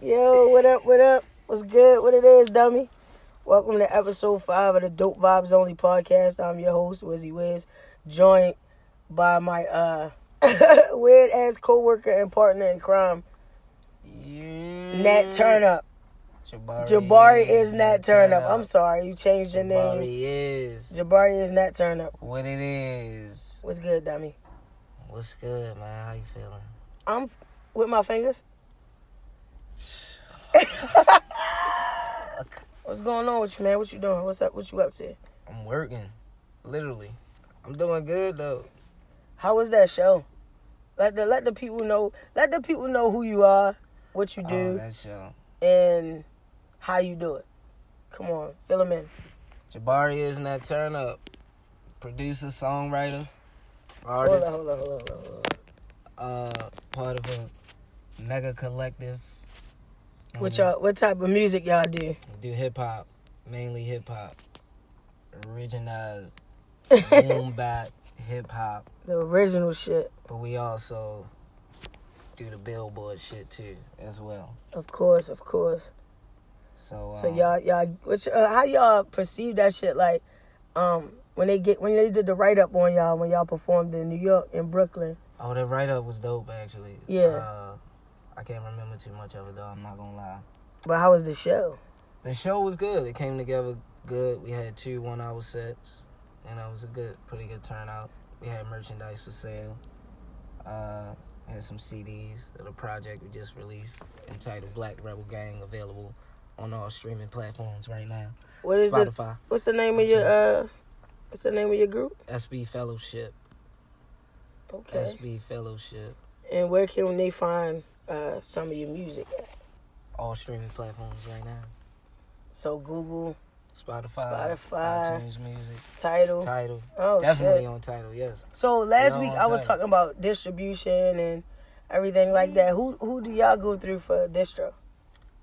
Yo, what up, what up? What's good? What it is, dummy? Welcome to episode five of the Dope Vibes Only podcast. I'm your host, Wizzy Wiz, joined by my uh weird ass co-worker and partner in crime, Yeah. Nat Turnup. Mm. Jabari, Jabari is Nat Turnup. Turnup. I'm sorry, you changed your name. Jabari is Jabari is Nat Turnup. what it is. What's good, dummy? What's good, man? How you feeling? I'm f- with my fingers. What's going on with you, man? What you doing? What's up? What you up to? I'm working, literally. I'm doing good though. How was that show? Let the let the people know. Let the people know who you are, what you Oh, do, that show. and how you do it. Come on, fill them in. Jabari is Nat Turnup, producer, songwriter, Hold artist, on, hold on, hold on, hold on, hold on. uh, part of a mega collective. What y'all? What type of music y'all do? do hip hop, mainly hip hop, original boom bap hip hop. The original shit, But we also do the billboard shit too, as well. of course, of course. So, So um, y'all, y'all, which uh, how y'all perceive that shit? Like, um, when they get when they did the write up on y'all when y'all performed in New York in Brooklyn. Oh, that write up was dope, actually. Yeah. Uh, I can't remember too much of it though. I'm not gonna lie. But how was the show? The show was good. It came together good. We had two one hour sets, and it was a good, pretty good turnout. We had merchandise for sale. Uh, had some CDs of the project we just released entitled Black Rebel Gang available on all streaming platforms right now. What is the Spotify, what's the name of your uh? What's the name of your group? SB Fellowship. Okay. SB Fellowship, And where can they find uh, some of your music at? all streaming platforms right now. So Google, Spotify, Spotify. iTunes Music, title. Title. oh Definitely shit. on Title, yes. So last Yeah, week on I was Tidal. talking about distribution and everything like that. Who who do y'all go through for distro?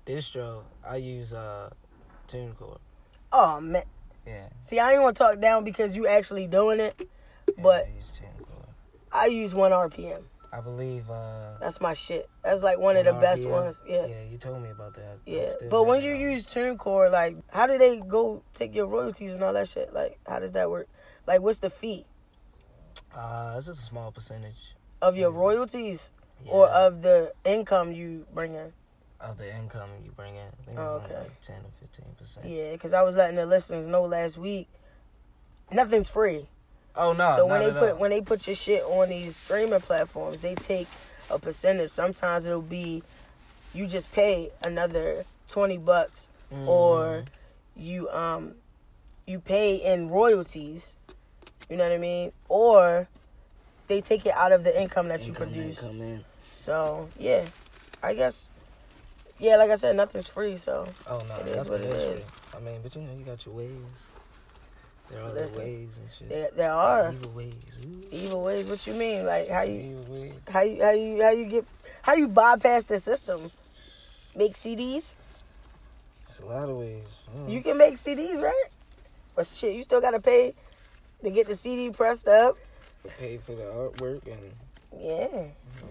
Distro, I use uh, TuneCore. Oh man. Yeah. See, I ain't want to talk down because you actually doing it, but I use TuneCore. I use one RPM. I believe. Uh, That's my shit. That's like one of the best RPM. ones. Yeah. Yeah, you told me about that. I Yeah, still but when you haven't, um, use TuneCore, like, how do they go take your royalties and all that shit? Like, how does that work? Like, what's the fee Uh, it's just a small percentage of your Music. royalties? or uh, yeah, of the income you bring in. of the income you bring in. I think it's Oh, only okay. like 10 or 15%. Yeah, because I was letting the listeners know last week, nothing's free. Oh, no. so when not they at put all. when they put your shit on these streaming platforms, they take a percentage. Sometimes it'll be you just pay another twenty bucks, Mm-hmm. or you um you pay in royalties. You know what I mean? Or they take it out of the income that Mm-hmm. income you that produce. come in. So yeah, I guess yeah, like I said, nothing's free. So Oh no, It is that's what what it it is. is. I mean, but you know, you got your ways. There are other Listen, ways and shit. there there are. evil ways. Ooh, evil ways. What you mean? Like how you evil ways. how you how you how you get how you bypass the system? Make CDs. It's a lot of ways. Mm. You can make CDs, right? But shit, you still gotta pay to get the CD pressed up. pay for the artwork and Yeah, you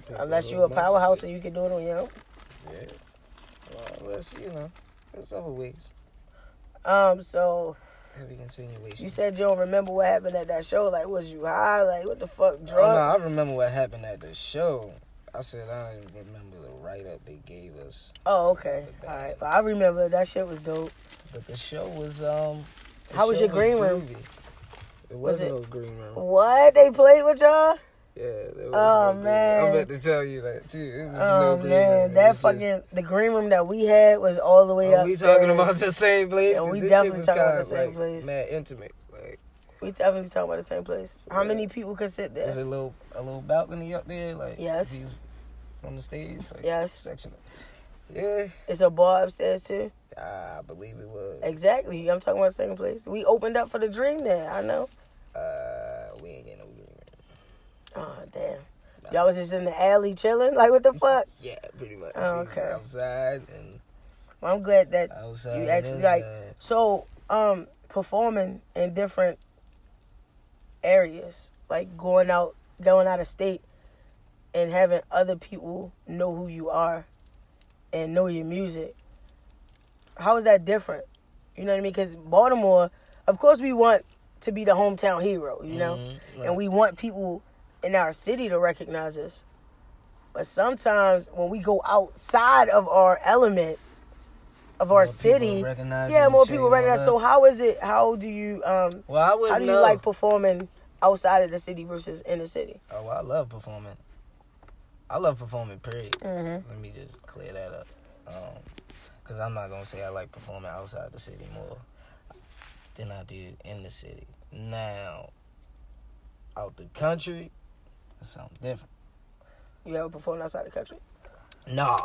pay for unless the you whole a bunch of powerhouse shit. and you can do it on your own. Yeah. Well, unless you know, there's other ways. Um, so Heavy continuation. you said you don't remember what happened at that show. Like, was you high? Like, what the fuck, Oh, no, drunk? I remember what happened at the show. I said I don't even remember the write up they gave us, Oh, okay, all right. But I remember that shit was dope. but the show was um. the How was show your green room? groovy. It Was wasn't it- no green room. What they played with y'all? Yeah, there was Oh, no green room. man. I'm about to tell you that too. It was Oh no green room. man, It that was just- fucking the green room that we had was all the way Are up. we talking about the same place? Yeah, 'Cause we this shit definitely was talking about kinda, the same like, place. Mad intimate. Like, We definitely talking about the same place. How Yeah. many people could sit there's there? a little a little balcony up there. Like, Yes. views from the stage. Like, Yes. Section. Yeah, It's a bar upstairs too. I believe it was. Exactly. I'm talking about the same place. We opened up for the dream there. I know. Uh, we ain't getting no green room. Oh damn. Y'all was just in the alley chilling. Like what the fuck? Yeah, pretty much. Oh, We was okay. Outside and Well, I'm glad that outside. You it actually, is, like- uh, so um performing in different areas, like going out, going out of state, and having other people know who you are, and know your music. How is that different? You know what I mean? Because Baltimore, of course, we want to be the hometown hero, you know, Mhm, right. and we want people in our city to recognize us. But sometimes when we go outside of our element, of More our people city, recognize you yeah, and more shit, people you know recognize. that. So how is it? How do you um? Well, I would How do you know. like performing outside of the city versus in the city? Oh, well, I love performing. I love performing. Period. Mm-hmm. Let me just clear that up, Um because I'm not gonna say I like performing outside the city more than I do in the city. Now, out the country, that's something different. You ever performed outside the country? Nah,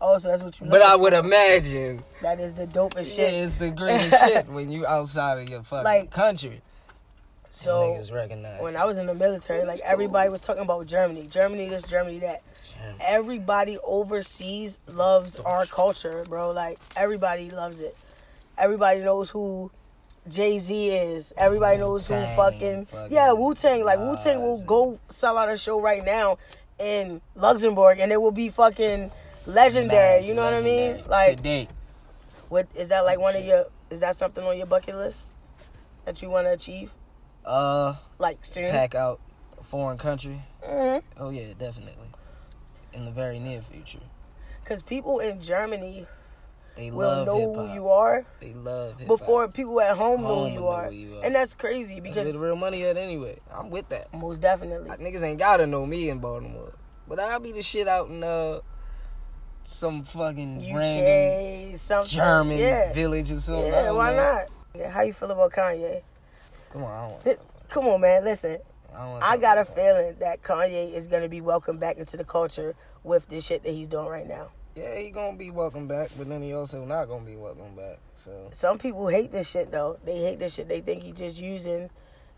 Oh, so that's what you. but love. I would imagine That is the dopest shit shit. is the greatest shit when you outside of your fucking Like, country. So niggas recognize. when you. I was in the military, like everybody was talking about Germany, Germany this, Germany that. Damn. Everybody overseas loves our culture, bro. Like everybody loves it. Everybody knows who Jay Z is. Everybody knows who Wu-Tang, fucking, fucking yeah Wu Tang. Like Wu Nas Tang will and- go sell out a show right now in Luxembourg, and it will be fucking legendary. Smash you know what I mean? legendary. Like today, What is that like? One of your is that something on your bucket list that you want to achieve? uh, Like soon? pack out a foreign country. Mhm. Oh yeah, definitely. In the very near future, Cause people in Germany they will love know hip who hop. you are They love hip before people at home, know Home who you will know are, who you are. and that's crazy because because the real money at anyway. I'm with that. most definitely, Like, niggas ain't gotta know me in Baltimore, but I'll be the shit out in uh some fucking random UK, something German yeah, village or something. I yeah. don't Why know. not? Yeah, How you feel about Kanye? Come on, I don't want. Th- Come on, man. Listen, I, don't wanna I talk got a about that. feeling that Kanye is gonna be welcomed back into the culture with this shit that he's doing right now. Yeah, he gonna be welcome back, but then he also not gonna be welcome back. So some people hate this shit though. They hate this shit. They think he's just using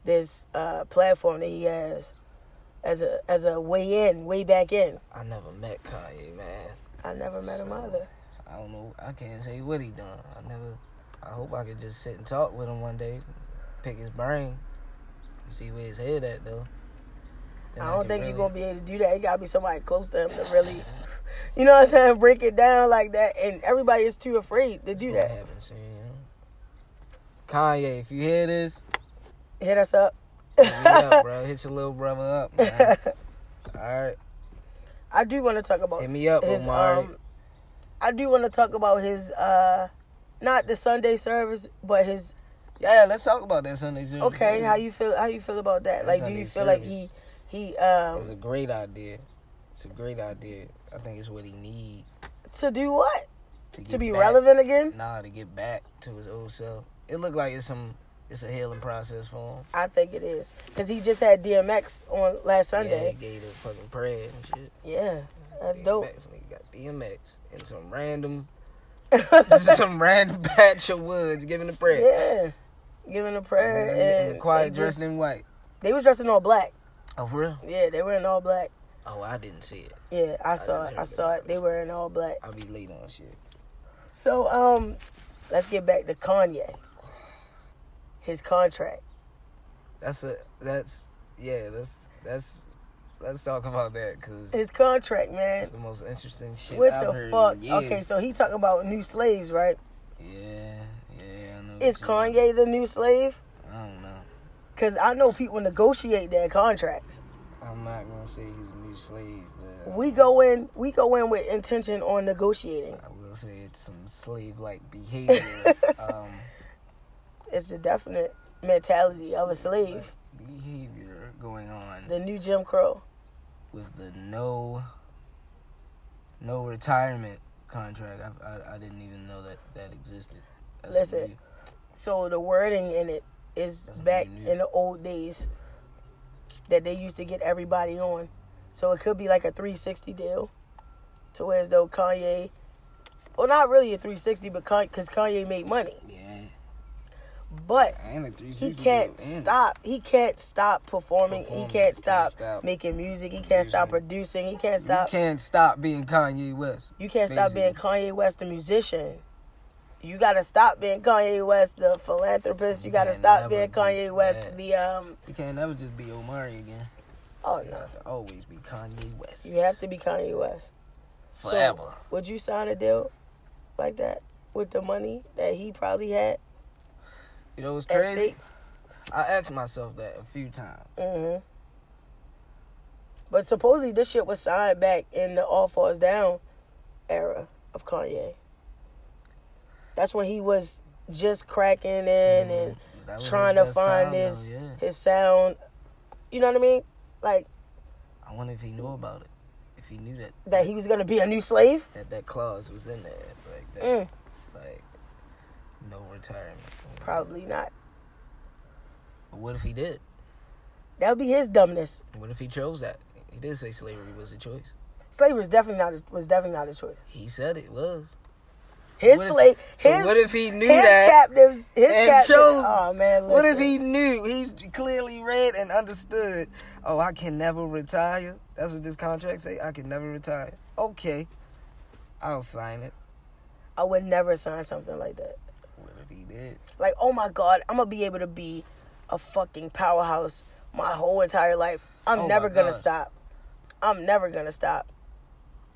this uh, platform that he has as a as a way in, way back in. I never met Kanye, man. I never met him So- either. I don't know. I can't say what he done. I never. I hope I could just sit and talk with him one day, pick his brain, and see where his head at though. Then I don't think you you're gonna be able to do that. It gotta be somebody close to him to really, you know what I'm saying, break it down like that. And everybody is too afraid to do that. happen soon. You know? Kanye, if you hear this, Hit us up. hit me up, bro. Hit your little brother up, man. All right, I do want to talk about hit me up, his Omari. um. I do want to talk about his uh, not the Sunday service, but his yeah, let's talk about that Sunday Zoom. Okay, how you feel? How you feel about that? That's like, do Mm-hmm. Sunday you feel like he service. he um It's a great idea. It's a great idea. I think it's what he need to do what to, to get be back- relevant again? Nah, to get back to his old self. It looked like it's some. It's a healing process for him. I think it is because he just had DMX on last Yeah, Sunday. he gave the fucking prayer and shit. Yeah, that's DMX, dope. Nigga got DMX and some random, some random patch of woods giving the prayer. Yeah, giving a prayer And, and, and the they quiet just- dressed in white. They was dressed in all black. Oh, for real? Yeah, they were in all black. Oh, I didn't see it. Yeah, I saw just it. I heard saw that. it. They were in all black. I'll be late on shit. So um, let's get back to Kanye. His contract. That's a. That's yeah. That's that's. Let's talk about that because His contract, man. it's the most interesting shit. What I've heard the in fuck? years. Okay, so he talking about new slaves, right? Yeah, yeah. I know Is what you- Kanye the new slave? I don't know. Cause I know people negotiate their contracts. I'm not gonna say he's a new slave, but We go in, we go in with intention on negotiating. I will say it's some slave-like behavior. um, It's the definite mentality of a slave. slave-like Behavior going on The new Jim Crow. with the no, no retirement contract. I, I, I didn't even know that that existed. That's Listen, new. So the wording in it is That's back really new. in the old days that they used to get everybody on. So it could be like a 360 deal, to where as though Kanye, well, not really a 360, but because Kanye made money, yeah, but and a three. he can't stop. He can't stop performing. Performing. He can't stop, stop making music. He can't stop producing. He can't stop. You can't stop being Kanye West. You can't stop being Kanye West the musician. You gotta stop being Kanye West the philanthropist. You gotta Man, stop never being Kanye just West that. the um. You can't never just be Omari again. Oh You no, have to always be Kanye West. you have to be Kanye West. forever. So, would you sign a deal like that with the money that he probably had you know what's at crazy? stake? I asked myself that a few times. Mm-hmm. But supposedly this shit was signed back in the All Falls Down era of Kanye. That's when he was just cracking in Mm-hmm. and That was trying his to best find time, his though, yeah. his sound. You know what I mean? Like I wonder if he knew about it. If he knew that that he was gonna be a new slave. that, that clause was in there, like that, Mm, like no retirement. probably not. But what if he did? That would be his dumbness. What if he chose that? He did say slavery was a choice. Slavery is definitely not a, was definitely not a choice. He said it was. His what if- slave. so his, what if he knew his that captives? His and captives. chose- Oh man! What if listen. he knew? He's clearly read and understood. Oh, I can never retire. That's what this contract say. I can never retire. Okay, I'll sign it. I would never sign something like that. What if he did? Like, oh my God, I'm gonna be able to be a fucking powerhouse my whole entire life. I'm Oh my never gonna gosh. stop. I'm never gonna stop.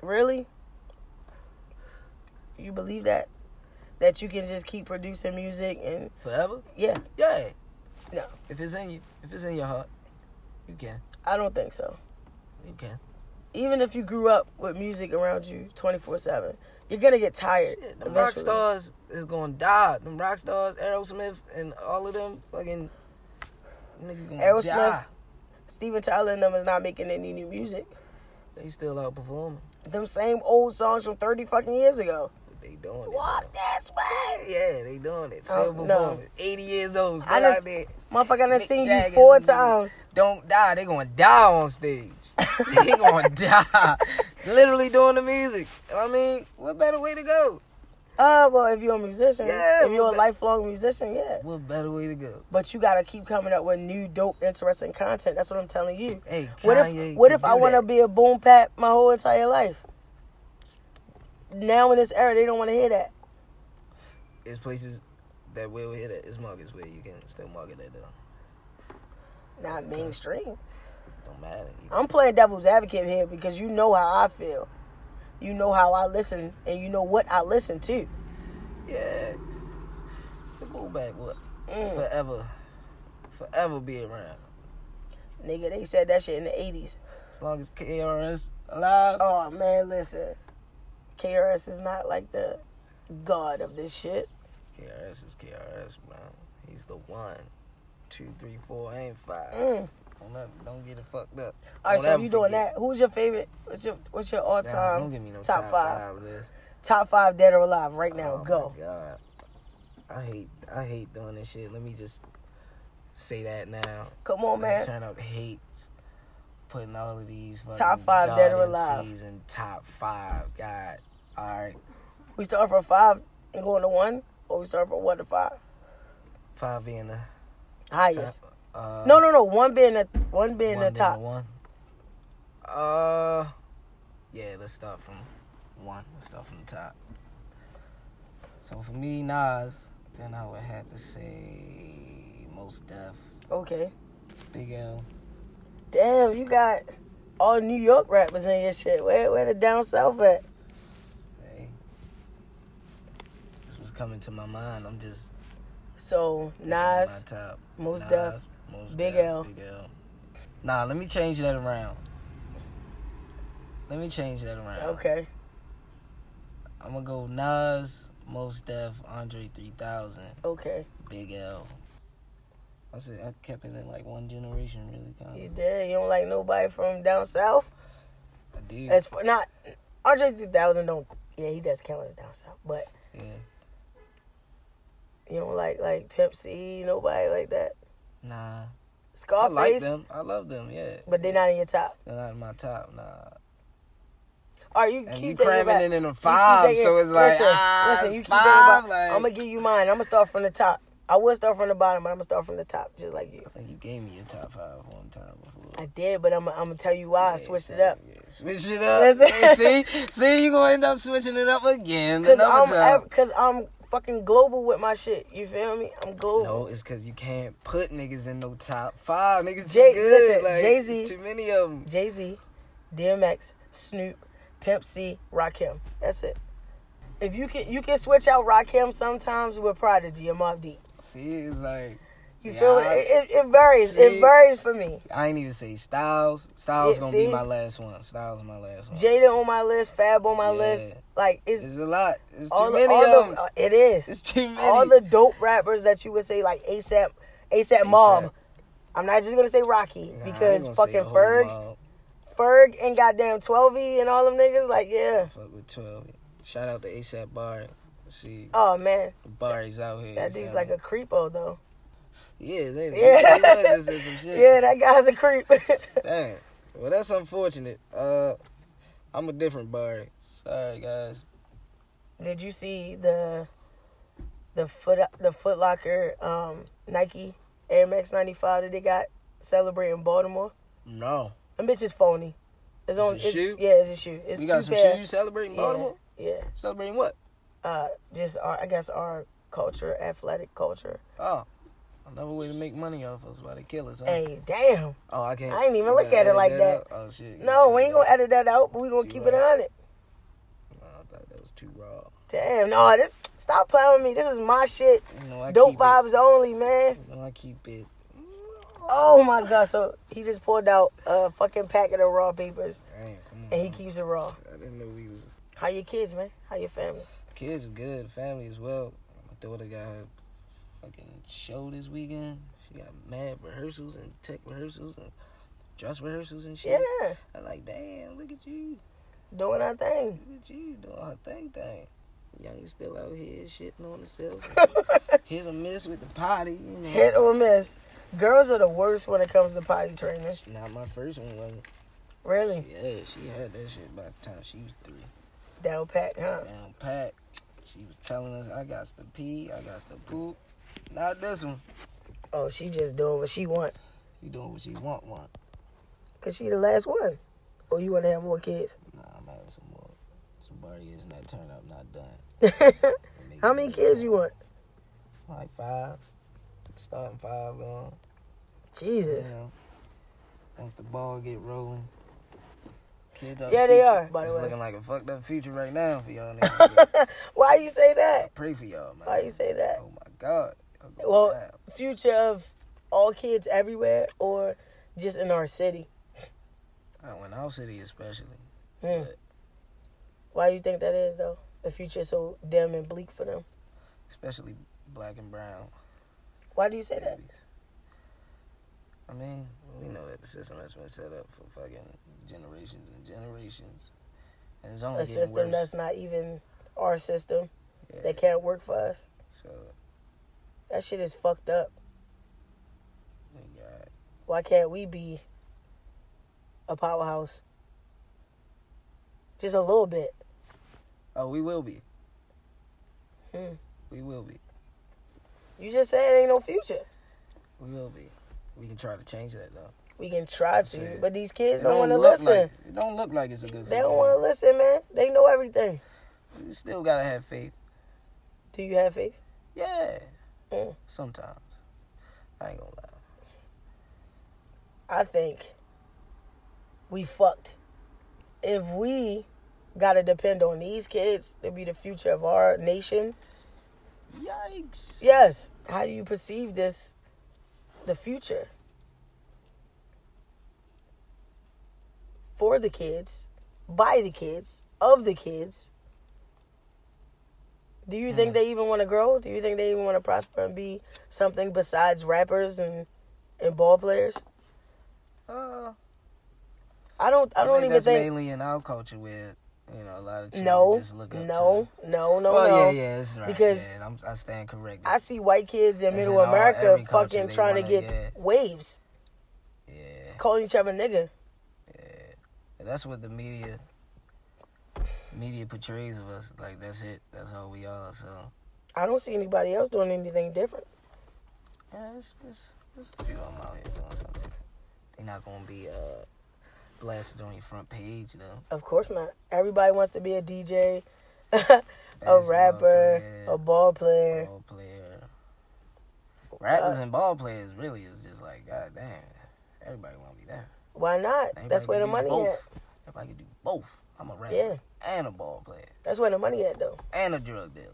Really? You believe that? That you can just keep producing music and Forever? yeah, Yeah. No. If it's in you, if it's in your heart, you can. I don't think so. You can. Even if you grew up with music around you 24 7, you're gonna get tired. Shit, them rock eventually. stars is gonna die. Them rock stars, Aerosmith, and all of them fucking niggas gonna Aerosmith. die. Steven Tyler and them is not making any new music. They still out performing, Them same old songs from 30 fucking years ago. but they doing it. Walk this way. Yeah, they doing it. Still Oh, performing. no. 80 years old, still I just- out there. Motherfucker, I done Mick seen you Jagger. four times. Don't die. They gonna die on stage. they gonna die. Literally doing the music. And I mean, what better way to go? Uh, well, if you're a musician, Yeah, if you're a but- lifelong musician, yeah. What better way to go? But you gotta keep coming up with new, dope, interesting content. That's what I'm telling you. Hey, Kanye What if what could if I do want to that. be a boom pat my whole entire life? Now in this era, they don't want to hear that. There's places that will hit that. It's markets where you can still market that though. Not mainstream. Don't matter. You I'm playing devil's advocate here because you know how I feel. You know how I listen, and you know what I listen to. Yeah. The back will Mm. forever, forever be around. Nigga, they said that shit in the 80s. As long as KRS alive, Oh man, listen. KRS is not like the god of this shit. KRS is KRS, bro. He's the one, two, three, four, and five. Mm. Don't, ever- don't get it fucked up. All right, Don't so if ever you doing forget. that, who's your favorite? What's your what's your all Nah, time don't give me no top, five? list. Top five dead or alive right now. Oh my Go. God. I hate, I hate doing this shit. Let me just say that now. Come on, They man. Turn up hates, putting all of these fucking Top five God dead or alive. MCs in top five. God, all right, We start from five and going to one, or we start from one to five. five being the Highest. top. Uh, no, no, no. One being the one one being the top. one. Uh, yeah. Let's start from one. Let's start from the top. So for me, Nas. Then I would have to say most Def, Okay. Big L. Damn, you got all New York rappers in your shit. Where where the down south at? Hey, this was coming to my mind. I'm just So picking Nas. my top. Mos Nas, Def, Mos Big Def, L. Big L. Nah, let me change that around. Let me change that around. Okay. I'm gonna go Nas, Mos Def, Andre 3000, Okay. Big L. I said I kept it in like one generation, really. You Kind did. You don't like nobody from down south. of. I do. As for not RJ three thousand don't yeah, he does count as down south. But yeah. you don't like like Pimp C, nobody like that. Nah. I Scarface. like them. I love them. Yeah. But they're not in your top. They're not in my top. Nah. All right, you And keep you thinking cramming about- it in a you keep five, thinking- so it's like listen, ah, listen, it's you keep thinking five. about- like, I'm gonna give you mine. I'm gonna start from the top. I will start from the bottom, but I'm gonna start from the top, just like you. I think you gave me your top five one time before. I did, but I'm, I'm gonna tell you why I Yeah, switched it yeah, up. yeah, Switch it up. That's see, see, you gonna end up switching it up again. Cause Another I'm, time. ev- cause I'm fucking global with my shit. You feel me? I'm global. no, it's cause you can't put niggas in no top five. Niggas too Jay- good. listen, like, Jay-Z- it's too many of them. Jay Z, DMX, Snoop. Pimp C, Rakim. That's it. If you can you can switch out Rakim sometimes with Prodigy or Mobb Deep. See, it's like You see, feel me? I, It, it, it varies. See? It varies for me. I ain't even say Styles. Styles Yeah, gonna see? be my last one. Styles my last one. Jada on my list, Fab on my Yeah. list. Like it's, It's a lot. It's too all, the, many all of the them. uh, it is. It's too many. all the dope rappers that you would say like ASAP, ASAP Mob. I'm not just gonna say Rocky Nah, I ain't because gonna say fucking the whole Ferg, mob. Ferg and goddamn 12e and all them niggas. Like yeah. Fuck with twelve. Shout out to ASAP Bard. See, Oh man, Barry's out here. that you dude's feel like me? a creepo though. Yeah, they, Yeah. yeah. They love this some shit. Yeah, that guy's a creep. Dang. Well, that's unfortunate. Uh, I'm a different Barry. Sorry, guys. Did you see the the foot the Foot Locker um, Nike Air Max 95 that they got celebrating Baltimore? No. Them bitches phony. It's It's on. a it's, shoe? Yeah, it's a shoe. It's we two got some pair. shoes celebrating Yeah, Baltimore? yeah. Celebrating what? Uh, just our I guess our culture, athletic culture. Oh. Another way to make money off us while they kill us. Huh? Hey, damn. oh, I can't. I ain't even you look gotta at it edit like that. out? Oh shit! No, we ain't gonna edit. edit that out, but we gonna keep it on it. I thought that was too raw. Damn, no, this stop playing with me. This is my shit. You know, I Dope keep vibes only, man. It. You know, I keep it. Oh my god! So he just pulled out a fucking packet of raw papers, Damn, come on. and he keeps it raw. I didn't know we was How your kids, man? How your family? kids. Good family as well. My daughter got her fucking show this weekend. She got mad rehearsals and tech rehearsals and dress rehearsals and shit. Yeah, I'm like, damn, look at you. doing our thing. Look at you doing her thing thing. Youngest still out here shitting on herself. Hit or miss with the potty, you know. Hit or miss, girls are the worst when it comes to potty training. Not my first one wasn't. Really, Yeah, she had that shit by the time she was three. down pat, huh? Down pat. She was telling us, I got to pee, I got to poop. Not this one. Oh, she just doing what she want, She doing what she want, want. cause she the last one. Or you wanna have more kids? Nah, I'm having some more. Somebody is not turn up, not done. Make How it many make kids it. you want? Like five. Starting five gone. You Jesus. know. Once the ball get rolling. Kids are the Yeah, they future. are, by the it's way. looking like a fucked up future right now for y'all niggas. Why you say I that? pray for y'all, man. Why you say that? Oh my God. Y'all go Well- down. Future of all kids everywhere, or just in our city? Oh, in our city especially. Hmm. Why you think that is though? The future so dim and bleak for them. especially black and brown Why do you say that? babies. I mean, we know that the system has been set up for fucking generations and generations, and it's only A getting system worse. that's not even our system yeah. that can't work for us. So, That shit is fucked up. we got Why can't we be a powerhouse? Just a little bit. oh, we will be, Hmm. we will be, You just said it ain't no future. we will be. We can try to change that though. We can try to, Shit. but these kids It don't, want to look listen. Like, it don't look like it's a good. they don't want to listen, man. They know everything. to. We still gotta have faith. Do you have faith? Yeah. Mm. Sometimes. I ain't gonna lie. I think we fucked. If we gotta depend on these kids to be the future of our nation, Yikes. yes. How do you perceive this, the future? For the kids, by the kids, of the kids. Do you Mm. think they even want to grow? Do you think they even want to prosper and be something besides rappers and and ball players? Uh, I don't. I don't think even that's think. mainly in our culture where you know a lot of children No, just no, look up to- no, no, Oh, no. well, yeah, yeah, that's right. Because- yeah, I'm, I stand corrected. I see white kids in It's middle in all- America every culture fucking they trying to wanna get get- waves, yeah, calling each other nigga. and that's what the media media portrays of us. Like that's it. That's all we are. So I don't see anybody else doing anything different. yeah, it's it's, it's a few of them out here doing something. They're not gonna be uh blasted on your front page though. Of course not. Everybody wants to be a DJ, a Basketball rapper, player, a ball player. Uh, ball player. Rappers and ball players really is just like god damn. Everybody wanna be that. Why not? Everybody That's where the can money do both. at. Everybody can do both. I'm a rapper Yeah. and a ball player That's where the money at though. and a drug dealer.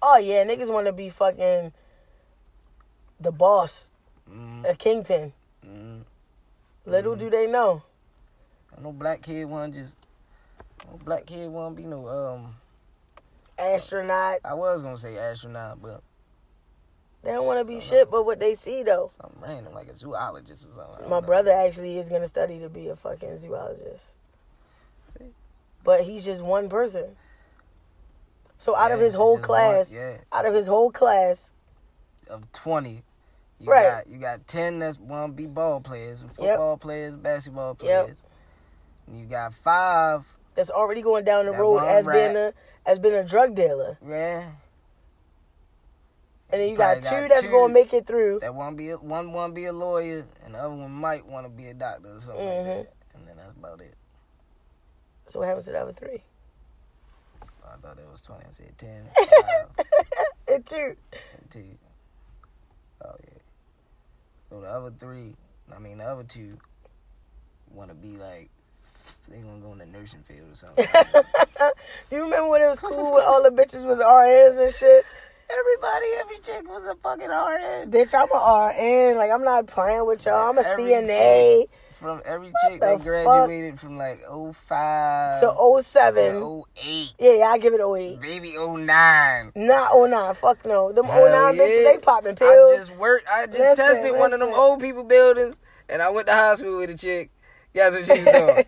Oh yeah, niggas want to be fucking the boss, Mm, a kingpin. mm. Mm-hmm. Little do they know. No black kid want just. No black kid want be no um. Astronaut. I was gonna say astronaut, but They don't want to be shit, but what they see though. something random like a zoologist or something. I don't My know. brother actually is gonna study to be a fucking zoologist. See? But he's just one person. So out of Yeah, his whole just one- class, yeah, out of his whole class, of twenty. You Right. Got, you got ten that's want to be ball players, and football players, basketball players. And you got five. that's already going down the That road one as rat. being a as being a drug dealer, Yeah. and then you Probably got two got that's two. gonna make it through. That one be a, one want to be a lawyer, and the other one might want to be a doctor or something Mhm. like that. And then that's about it. So what happens to the other three? I thought it was twenty. I said ten. five, And two. two. Oh yeah. So the other three, I mean the other two, want to be like they gonna go in the nursing field or something. You remember when it was cool when all the bitches was RNs and shit? Everybody, every chick was a fucking hard Bitch, I'm a RN. Like I'm not playing with y'all. I'm a Every CNA From every What chick the that graduated from like 05 to 07. uh, to 08, Yeah, yeah, I give it 08. maybe 09. Nah, oh nah, fuck no. Them Hell oh nine bitches, yeah. they popping I pills. just worked, I just Listen, tested one of them listen. old people buildings and I went to high school with a chick. Guess what she was doing?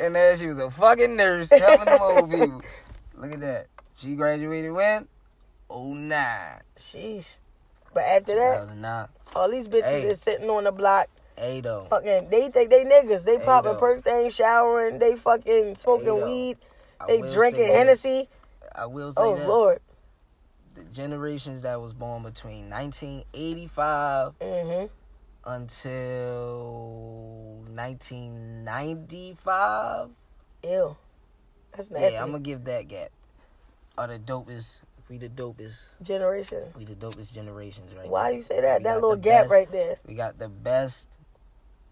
and then she was a fucking nurse helping them old people. Look at that. She graduated when? 09. Sheesh. But after that, 2009. all these bitches Hey. is sitting on the block, 8 though. fucking. They think they niggas. They Hey, popping though. perks. They ain't showering. They fucking smoking though. weed. I They will drinking say that. Hennessy. I will say Oh that. lord. the generations that was born between 1985 Mhm. until 1995. Ew. That's nasty. Yeah, I'm gonna give that gap. Are the dopest? We the dopest. Generation. We the dopest generations, right? Why now. you say that? We that got little the gap best- right there. We got the best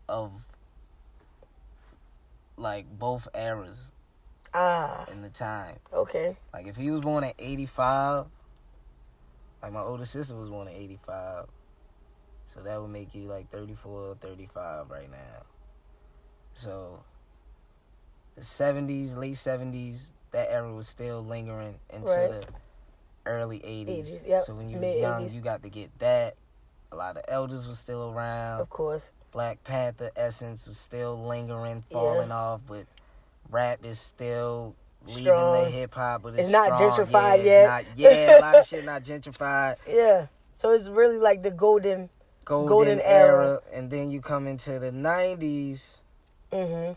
of like both eras Ah. in the time. Okay. Like if he was born in '85, like my older sister was born in '85, so that would make you like 34, 35 right now. So the '70s, late '70s, that era was still lingering into Right. the early '80s. 80s, yep, So when you was young, mid-eighties. you got to get that. A lot of elders was still Of around. course. Black Panther essence was still lingering, Yeah. falling off, but rap is still leaving the Strong. hip hop. But it's, It's not strong. gentrified yeah, yet. It's not, yeah, a lot of shit not gentrified. Yeah. So it's really like the golden. Golden, Golden era. era. and then you come into the nineties. Mhm.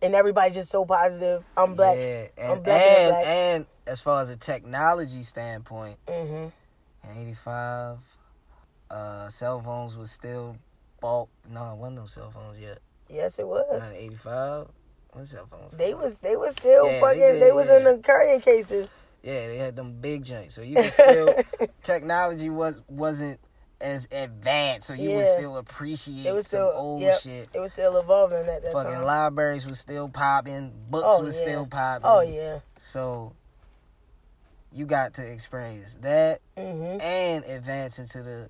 And everybody's just so positive. I'm black. yeah, and I'm black and I'm and, black. and as far as a technology standpoint, Mhm. in eighty five, uh, cell phones was still bulk. No, it wasn't no cell phones yet. Yes, it Not was. in eighty five. When cell phones? They was they was still Yeah, they fucking. They, did, was yeah. in the carrying cases. Yeah, they had them big joints. So you can still technology was wasn't as advanced, so you would Yeah. still appreciate It was some still old yep, shit. It was still evolving at that Fucking time. libraries was still popping, books Oh, was yeah. still popping. Oh yeah. So you got to experience that Mhm. and advance into the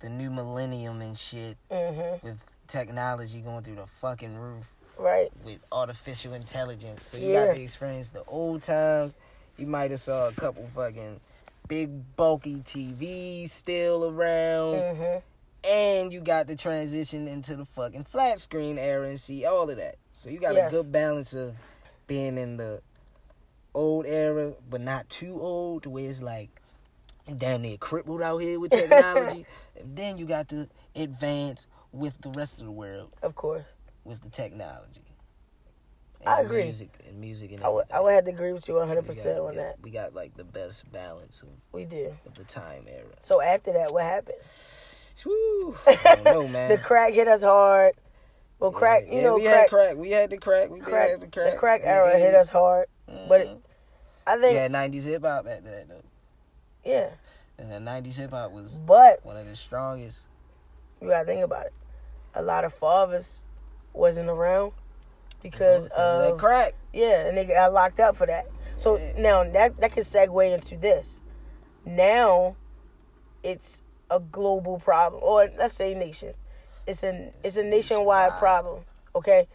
the new millennium and shit Mhm. with technology going through the fucking roof Right. with artificial intelligence. So you Yeah. got to experience the old times. You might have saw a couple fucking big bulky TVs still around, Mhm. and you got to transition into the fucking flat screen era and see all of that. So you got Yes. a good balance of being in the old era, but not too old, to where it's like you damn near crippled out here with technology. and then you got to advance with the rest of the world Of course. with the technology. I And agree. Music and music and I would I would have to agree with you 100 everything. So we percent got on the- that. We got like the best balance of, We do. of the time era. So after that, what happened? Whew. I don't know, man. The crack hit us hard. Well, Yeah, crack. yeah, you know, we crack. had crack. We had the crack. We crack, did have the crack. The crack in the era hit us 80s. hard, but it, Mhm. I we think had nineties hip hop at that though. yeah. And the nineties hip hop was But one of the strongest. you gotta think about it. A lot of fathers wasn't around because of of that crack. Yeah, and they got locked up for that. So Yeah. now that that can segue into this. Now, it's a global problem, or let's say nation. It's an it's a nationwide Nationwide. problem. Okay,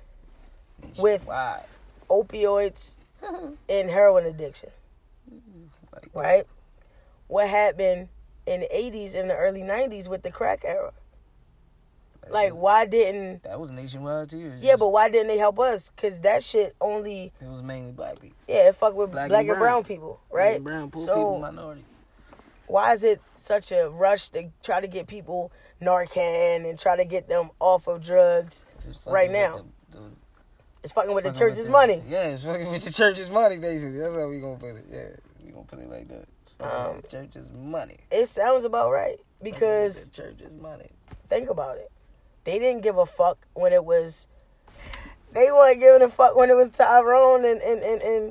With- why? opioids and heroin addiction. Right. What happened in the '80s and the early '90s with the crack era? Like, why didn't? that was nationwide too. It was Yeah, just- but why didn't they help us? Cause that shit only it was mainly black people, Yeah, it fuck with black, Black and, and brown. brown. people, right? Brown, poor so people, minority. why is it such a rush to try to get people Narcan and try to get them off of drugs? It's just right fucking now. with the- the- It's fucking with fucking the church's with the- money. Yeah, it's fucking with the church's money, basically. That's how we gonna put it. Yeah, we gonna put it like that. It's fucking with Um, the church's money. It sounds about right Fucking with because the church's money. think about it, they didn't give a fuck when it was. They weren't giving a fuck when it was Tyrone and and and, and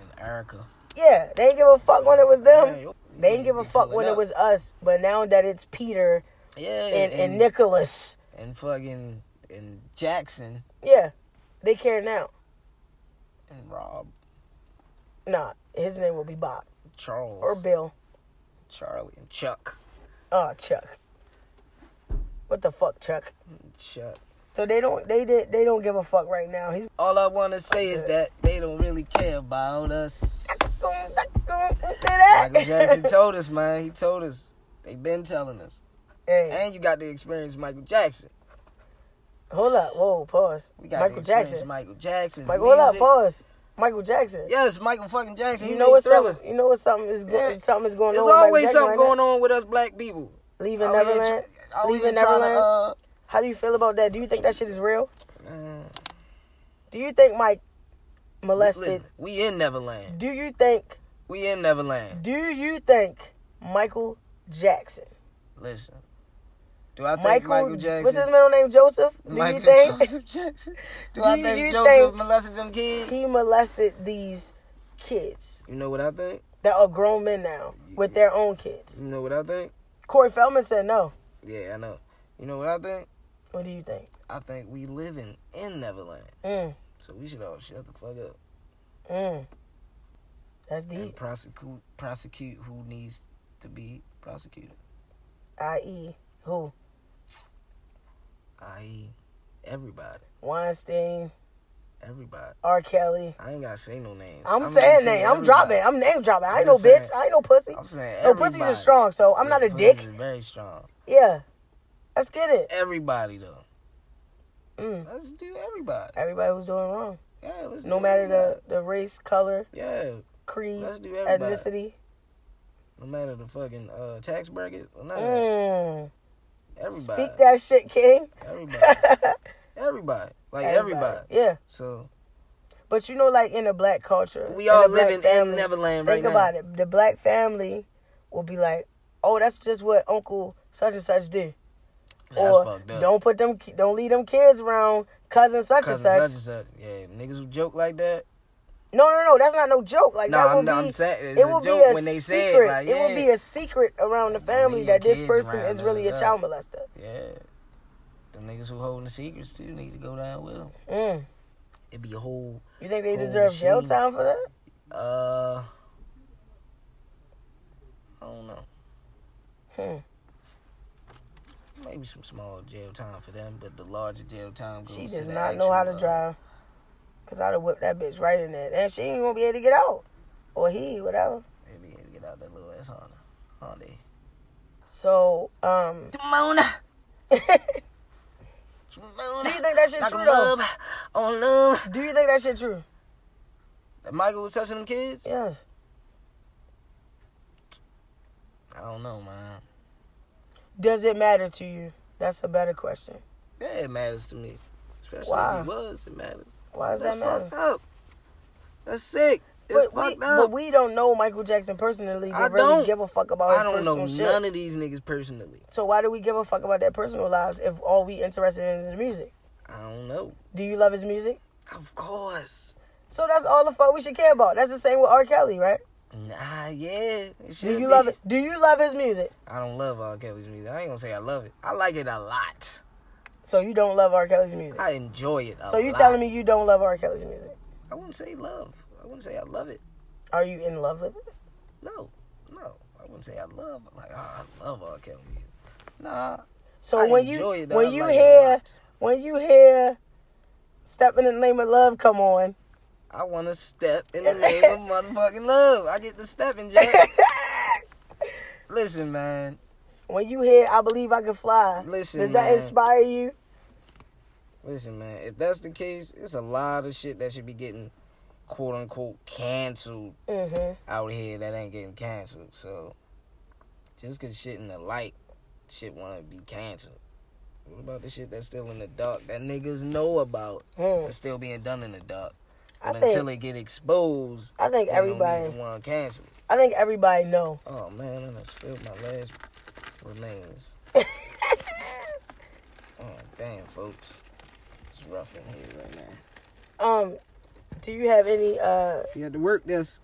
And Erica. yeah, they didn't give a fuck when it was Yeah, them. yo- They didn't give a be fuck pulling when it up. was us. But now that it's Peter Yeah, and and Nicholas, and fucking and Jackson yeah, they care now. and Rob Nah, his name will be Bob Charles or Bill. Charlie and Chuck Oh, Chuck. What the fuck, Chuck? Chuck. So they don't they did they don't give a fuck right now. He's All I wanna say is that they don't really care about us. Michael Jackson told us, man. He told us. They been telling us. hey, And you got to experience Michael Jackson. hold up, whoa, pause. We got to Michael experience Jackson. Michael Jackson. Michael, hold up, music. pause. Michael Jackson. Yes, Michael fucking Jackson. You He know made what's thriller. something? You know what something is go- Yeah. something is going There's on. with Michael always Jackson something right going Oh, on with us black people. Now? Leaving Out here Neverland. tr- out here Leaving trying Neverland. To, How do you feel about that? Do you think that shit is real? uh, man, Do you think Mike molested? listen, we in Neverland. Do you think? We in Neverland. Do you think Michael Jackson? Listen. Do I think Michael, Michael, Jackson? What's his middle name? Joseph. Do Michael you think Joseph Jackson. Do Do, I you think Joseph think- molested them kids? he molested these kids You know what I think? that are grown men now with their own kids? You know what I think? Corey Feldman said no. Yeah, I know. You know what I think? What do you think? I think we living in Neverland. Mm, So we should all shut the fuck up mm. That's and deep. prosecute prosecute who needs to be prosecuted. I.e. E. who? I.e. everybody. Weinstein, Everybody. R. Kelly. I ain't gotta say no names. I'm, just saying name. I'm everybody. dropping. I'm name dropping. I ain't no just saying- bitch. I ain't no pussy. I'm saying No everybody. pussies are strong, so I'm Yeah, not a pussies dick. Is very strong. Yeah. Let's get it. Everybody though. Mm. Let's do everybody. Everybody was doing wrong. Yeah, let's No do matter the, everybody. the race, color, Yeah, creed, let's do everybody. ethnicity. No matter the fucking uh, tax bracket. Well, not Mm. Everybody. Speak that shit, King. Everybody. everybody. Like everybody. Yeah. So But you know, like in the black culture, we in all the black living in family, Neverland right Think now. about it. The black family will be like, "Oh, that's just what Uncle such and such do," That's or fucked up. "Don't put them, ki- don't leave them kids around cousin such Cousin and such." such and such. Yeah, niggas who joke like that. No, no, no. That's not no joke. Like No, that I'm, would be. I'm saying it's it a would joke be a when they secret. say it. Like, yeah, It would be a secret around the family leave that your this kids person around, is really a da, da, child molester. yeah. Them niggas who holding the secrets too need to go down with them. Mm. It'd be a whole You think they Whole deserve jail machine. time for that? uh. I don't know. Hmm. Maybe some small jail time for them, but the larger jail time goes She to does the not know how to actual, uh, drive. Cause I'd have whipped that bitch right in there. And she ain't gonna be able to get out. Or he, whatever. Maybe he get out that little ass Honda. Honda. So, um Demona. Do you Demona. think that shit Like true a though? love on love. Do you think that shit true? That Michael was touching them kids? Yes. I don't know, man. Does it matter to you? That's a better question. Yeah, it matters to me. Especially Why? if he was, it matters. Why does That's that matter? fucked up. That's sick. It's But we, fucked but up. we don't know Michael Jackson personally to I really don't. give a fuck about his I don't personal know shit. none of these niggas personally. so why do we give a fuck about their personal lives if all we interested in is the music? I don't know. Do you love his music? Of course. So that's all the fuck we should care about. That's the same with R. Kelly, right? Nah, yeah. It should Do you be. love it? Do you love his music? I don't love R. Kelly's music. I ain't gonna say I love it. I like it a lot. So you don't love R. Kelly's music. I enjoy it. A so you lot. telling me you don't love R. Kelly's music? I wouldn't say love. I wouldn't say I love it. Are you in love with it? No, no. I wouldn't say I love like oh, I love R. Kelly. music. Nah. So I when you enjoy it, though. I when you like it a hear lot. when you hear "Step in the Name of Love" come on, I want to step in the name of motherfucking love. I get the stepping jack. Listen, man. when you hear "I Believe I Can Fly," Listen, does that man. inspire you? Listen, man. If that's the case, it's a lot of shit that should be getting quote unquote canceled Mm-hmm. out here that ain't getting canceled. So just 'cause shit in the light, shit want to be canceled. What about the shit that's still in the dark that niggas know about? It's still being done in the dark. Hmm. I But until think- it get exposed, I think everybody. want to cancel. it. I think everybody know. Oh man, I done spilled my last remains. oh damn, folks, it's rough in here right now. Um, do you have any uh You had to work this.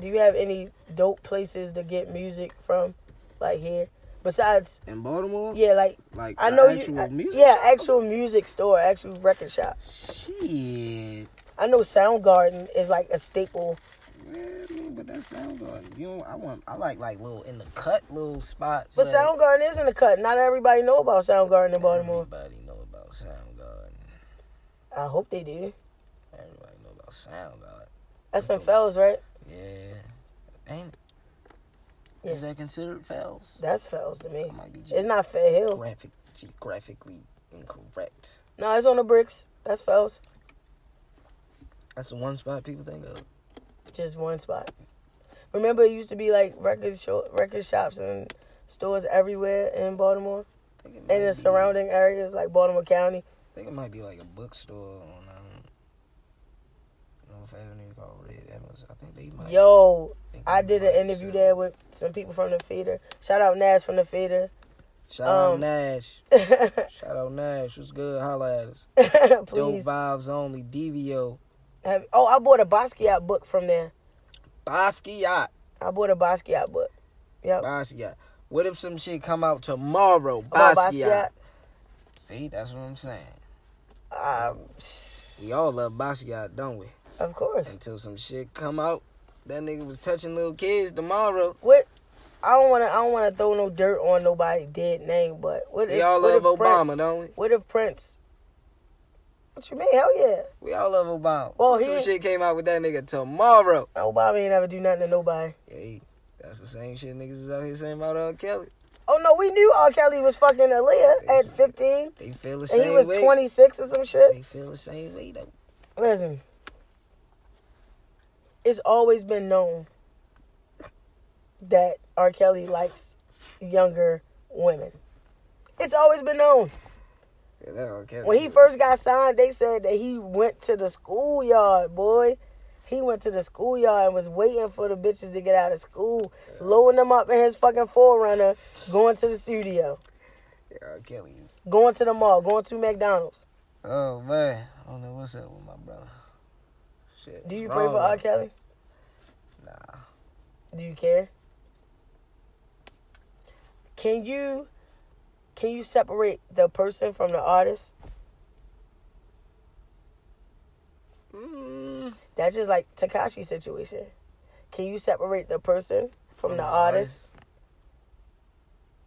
do you have any dope places to get music from, like here? Besides, In Baltimore? yeah, like Like I the know actual you. uh, music. yeah, shop? actual music store, actual record shop. Shit. I know Soundgarden is like a staple. Yeah, I mean, but that Soundgarden. You know, I want. I like like little in the cut little spots. But like, Soundgarden is in the cut. Not everybody know about Soundgarden in Baltimore. Everybody know about Soundgarden. I hope they do. Everybody know about Soundgarden. That's some fells, right? Yeah. Ain't. Yeah. Is that considered fouls? That's fells to me. That might be G- It's not Fair Hill. graphic, geographically incorrect. No, it's on the bricks. That's fells. That's the one spot people think of. Just one spot. Remember, it used to be like record show, record shops and stores everywhere in Baltimore Think it might and the be- surrounding areas, like Baltimore County. think it might be like a bookstore on um, North Avenue called Red Evans. I think they might. Yo, think I they did an might interview sell- there with some people from the theater. Shout out Nash from the theater. Shout out um, Nash. Shout out Nash. What's good? Holla at us. Dope Please. vibes only. DVO. Have- oh, I bought a Basquiat book from there. Basquiat. I bought a Basquiat book. Yep. Basquiat. What if some shit come out tomorrow? About Basquiat. See, that's what I'm saying. Um, We all love Basquiat, don't we? of course. Until some shit come out. That nigga was touching little kids tomorrow. What? I don't want to. I don't want to throw no dirt on nobody dead name, but what We if all what love if Prince- Obama, don't we? What if Prince? What you mean? Hell yeah. We all love Obama. Well, Well, some he- shit came out with that nigga tomorrow. Obama ain't ever do nothing to nobody. Hey, that's the same shit niggas is out here saying about R. Kelly. Oh no, we knew R. Kelly was fucking Aaliyah at 15, They feel the and same he was way. 26 or some They shit. feel the same way though. Listen, it's always been known that R. Kelly likes younger women. It's always been known. Yeah, that R. Kelly When he shit. first got signed, they said that he went to the schoolyard, boy. He went to the schoolyard and was waiting for the bitches to get out of school, loading them up in his fucking forerunner, going to the studio, Yeah, R. Kelly is. going to the mall, going to McDonald's. Oh man, I don't know what's up with my brother. Shit. Do what's you pray for wrong R. with him? Kelly? Nah. Do you care? Can you can you separate the person from the artist? Mm, That's just like Takashi situation. Can you separate the person from, the, the artist?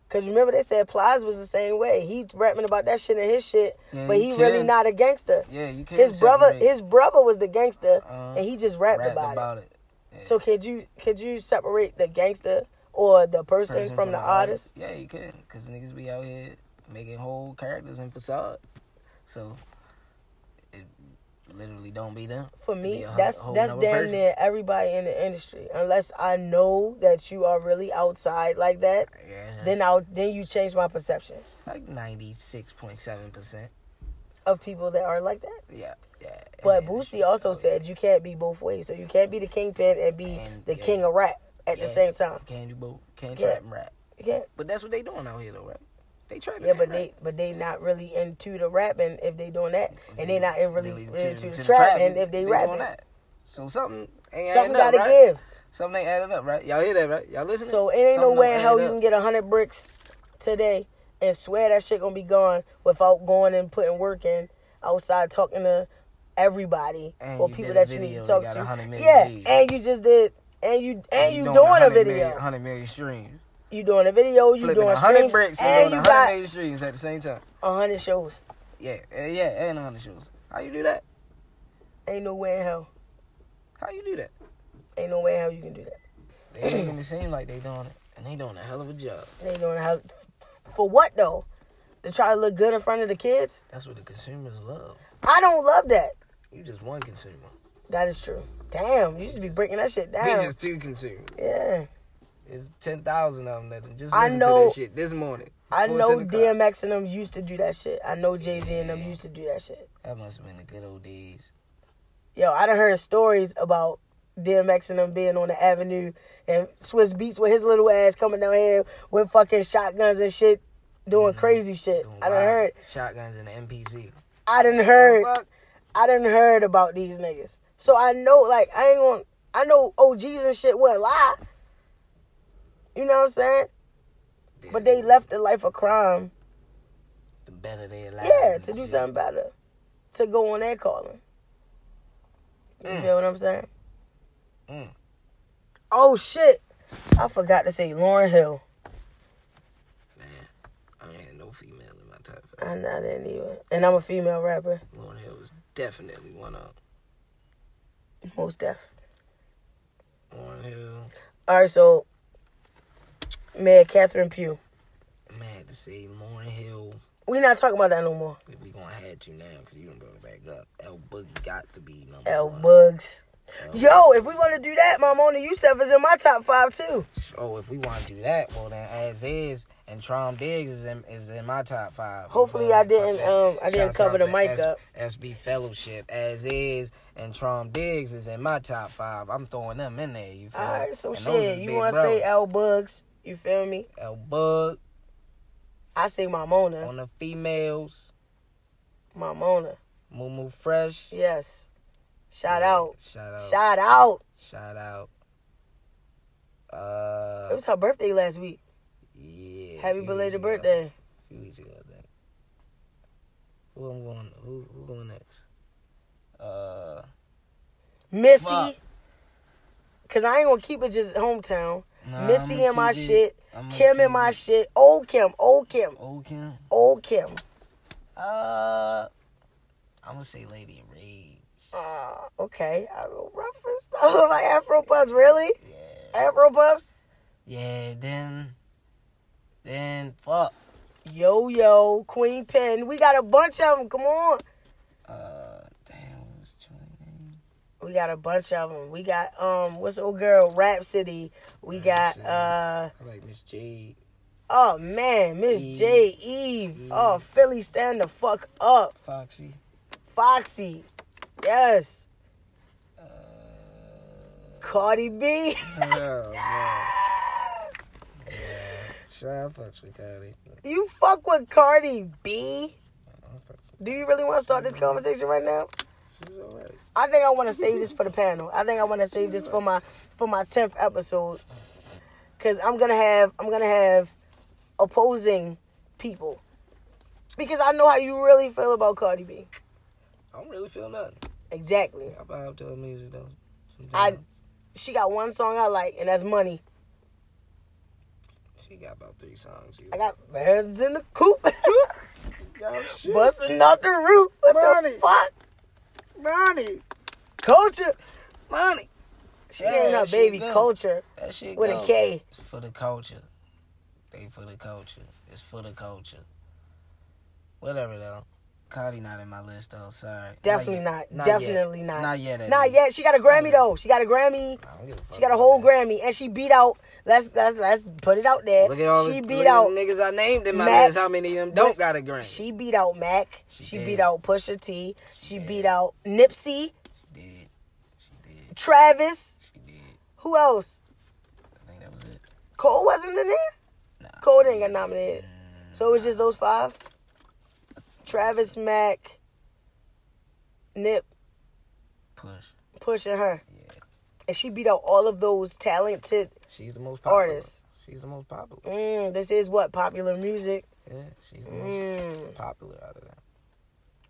Cause remember they said Plies was the same way. He rapping about that shit and his shit, Yeah, but you he really can. not a gangster. yeah, you can't. His brother, separate his brother was the gangster, Uh-huh. and he just rapped rap about, it. about it. Yeah. So could you could you separate the gangster or the person, Person from, the artist? Yeah, you can, cause niggas be out here making whole characters and facades. So it literally don't be them. For It me, be a whole- that's whole that's nother damn person. near everybody in the industry. Unless I know that you are really outside like that, Yeah, then I'll then you change my perceptions like ninety six point seven percent. of people that are like that. Yeah, yeah. But And then Boosie also said you can't be both ways. So you can't be the kingpin and be And the gay. king of rap at the Yeah. same time. you can't do both. Can't Yeah. trap and rap. You can't. But that's what they doing out here though, right? They trapping. Yeah, but and they rap. but they not really into the rapping if they doing that, and they not in really, Really really into to the the trapping trapping, if they, doing rapping. that. So something ain't Something adding up, gotta right? give. Something ain't adding up, right? Y'all hear that, right? Y'all listening? So it ain't no Something way in don't hell add you up. can get a hundred bricks today and swear that shit gonna be gone without going and putting work in outside talking to everybody And or you people did a that you video need to that talk got to. 100 million yeah, views. and you just did, and you and you, doing, a 100 video. million- 100 million streams. you doing a video. You Flipping doing 100 streams, bricks and and doing you 100 got million streams at the same time. hundred shows. Yeah, uh, yeah, and 100 shows. How you do that? Ain't no way in hell. How you do that? Ain't no way in hell you can do that. They making it seem like they doing it, and they doing a hell of a job. They doing how for what though? To try to look good in front of the kids? That's what the consumers love. I don't love that. You just one consumer. That is true. Damn, you should be breaking that shit We down. just two consumers. yeah, It's ten thousand of them that just I listen to know- that shit this morning. I before know 10 o'clock. DMX and them used to do that shit. I know Jay Z and them used to do that shit. That must have been the good old days. Yo, I done heard stories about DMX and them being on the avenue and Swiss Beats with his little ass coming down here with fucking shotguns and shit, doing crazy shit. Doing I done wild heard. shotguns in the MPC. I done heard. Fuck. I done heard about these niggas. So I know, like, I ain't gonna. I know OGs and shit wouldn't lie. You know what I'm saying? But they left the life of crime, the better they alive. yeah, and to do shit. something better, to go on that calling. You Mm. feel what I'm saying? Mm. Oh shit! I forgot to say Lauren Hill. Man, I ain't had no female in my top five. I know I didn't even. And I'm a female rapper, Lauren Hill was definitely one of most deaf. them. Lauren Hill. All right, so Mad Catherine Pugh. I'm gonna have to say Lauren Hill. we not talking about that no more. If we gonna have to now, cause you done brought it back up. L Boogie got to be number L one. Bugs. L- Yo, if we want to do that, my Mona Yousef is in my top five too. Oh, if we want to do that, well then as is, and Trom Diggs is in, is in my top five. Hopefully Well, I didn't, fuck um, that. I didn't Shouts cover out the to mic S- up. SB Fellowship as is, and Trom Diggs is in my top five. I'm throwing them in there. You feel? All me? right, so And those is shit, you big want to brothers. say uh, L Bugs? You feel me? L Bug I say my Mona. on the females, My Mona. Moo Moo Fresh. Yes. Shout out. Shout out. Shout, Shout out. out. It Uh, was her birthday last week. yeah. a few Happy weeks belated ago. birthday. few weeks ago, I think. Who I'm going? Who who going next? Uh, Fuck. Missy. Cause I ain't gonna keep it just hometown. nah, Missy I'ma in my keep it- shit. I'ma Kim keep in my it. shit. Old Kim. Old Kim. Old Kim. Old Kim. Uh, I'm gonna say Lady Rage. Uh, okay. I go reference stuff like Afro Puffs. Really? Yeah. Afro Puffs? Yeah. Then, then fuck. Yo Yo. Queen Pen. We got a bunch of them. Come on. Uh, damn. What was Johnny's name? We got a bunch of them. We got um, what's the old girl? Rhapsody. We got uh, I like Miss Jade. oh man, Miss Eve. J. Eve. Eve. Oh, Philly, stand the fuck up. Foxy. Foxy. Yes. Uh, Cardi B. Oh man. Yeah. Shy fucks with Cardi. you fuck with Cardi B? I don't fucks with- Do you really want to start this conversation right now? She's alright. I think I want to save this for the panel. I think I want to save this for my for my tenth episode, because I'm gonna have I'm gonna have opposing people, because I know how you really feel about Cardi B. I don't really feel nothing. Exactly. I vibe to her music though. I Sometimes she got one song I like, and that's Money. she got about three songs. You I got bands in the coop, got shit. busting out the roof. What Money. the fuck, money, culture? money. She Yeah, named her she baby good. culture That shit with go. a K. It's for the culture. They for the culture. It's for the culture. Whatever though. Cardi not in my list though. Sorry. Definitely yet. not. Definitely yet. not. Not yet. at Not least. yet. She got a Grammy though. She got a Grammy. I don't give a fuck She got a about whole that. Grammy, and she beat out. Let's let's let's put it out there. Look at all she the, beat look at out. the niggas I named in my Mac- list. How many of them But don't got a Grammy? She beat out Mac. She She, did. beat out Pusha T. She did. beat out Nipsey, She did. She did. Travis. She did. Who else? I think that was it. Cole wasn't in there. Nah. Mm. Cole didn't get nominated. So it was just those five. Travis, Mac, Nip, Push. Pusha, and her, Yeah. and she beat out all of those talented She's the most popular. artists. She's the most popular. Mm, this is what popular music. Yeah, she's the most Mm. popular out of that.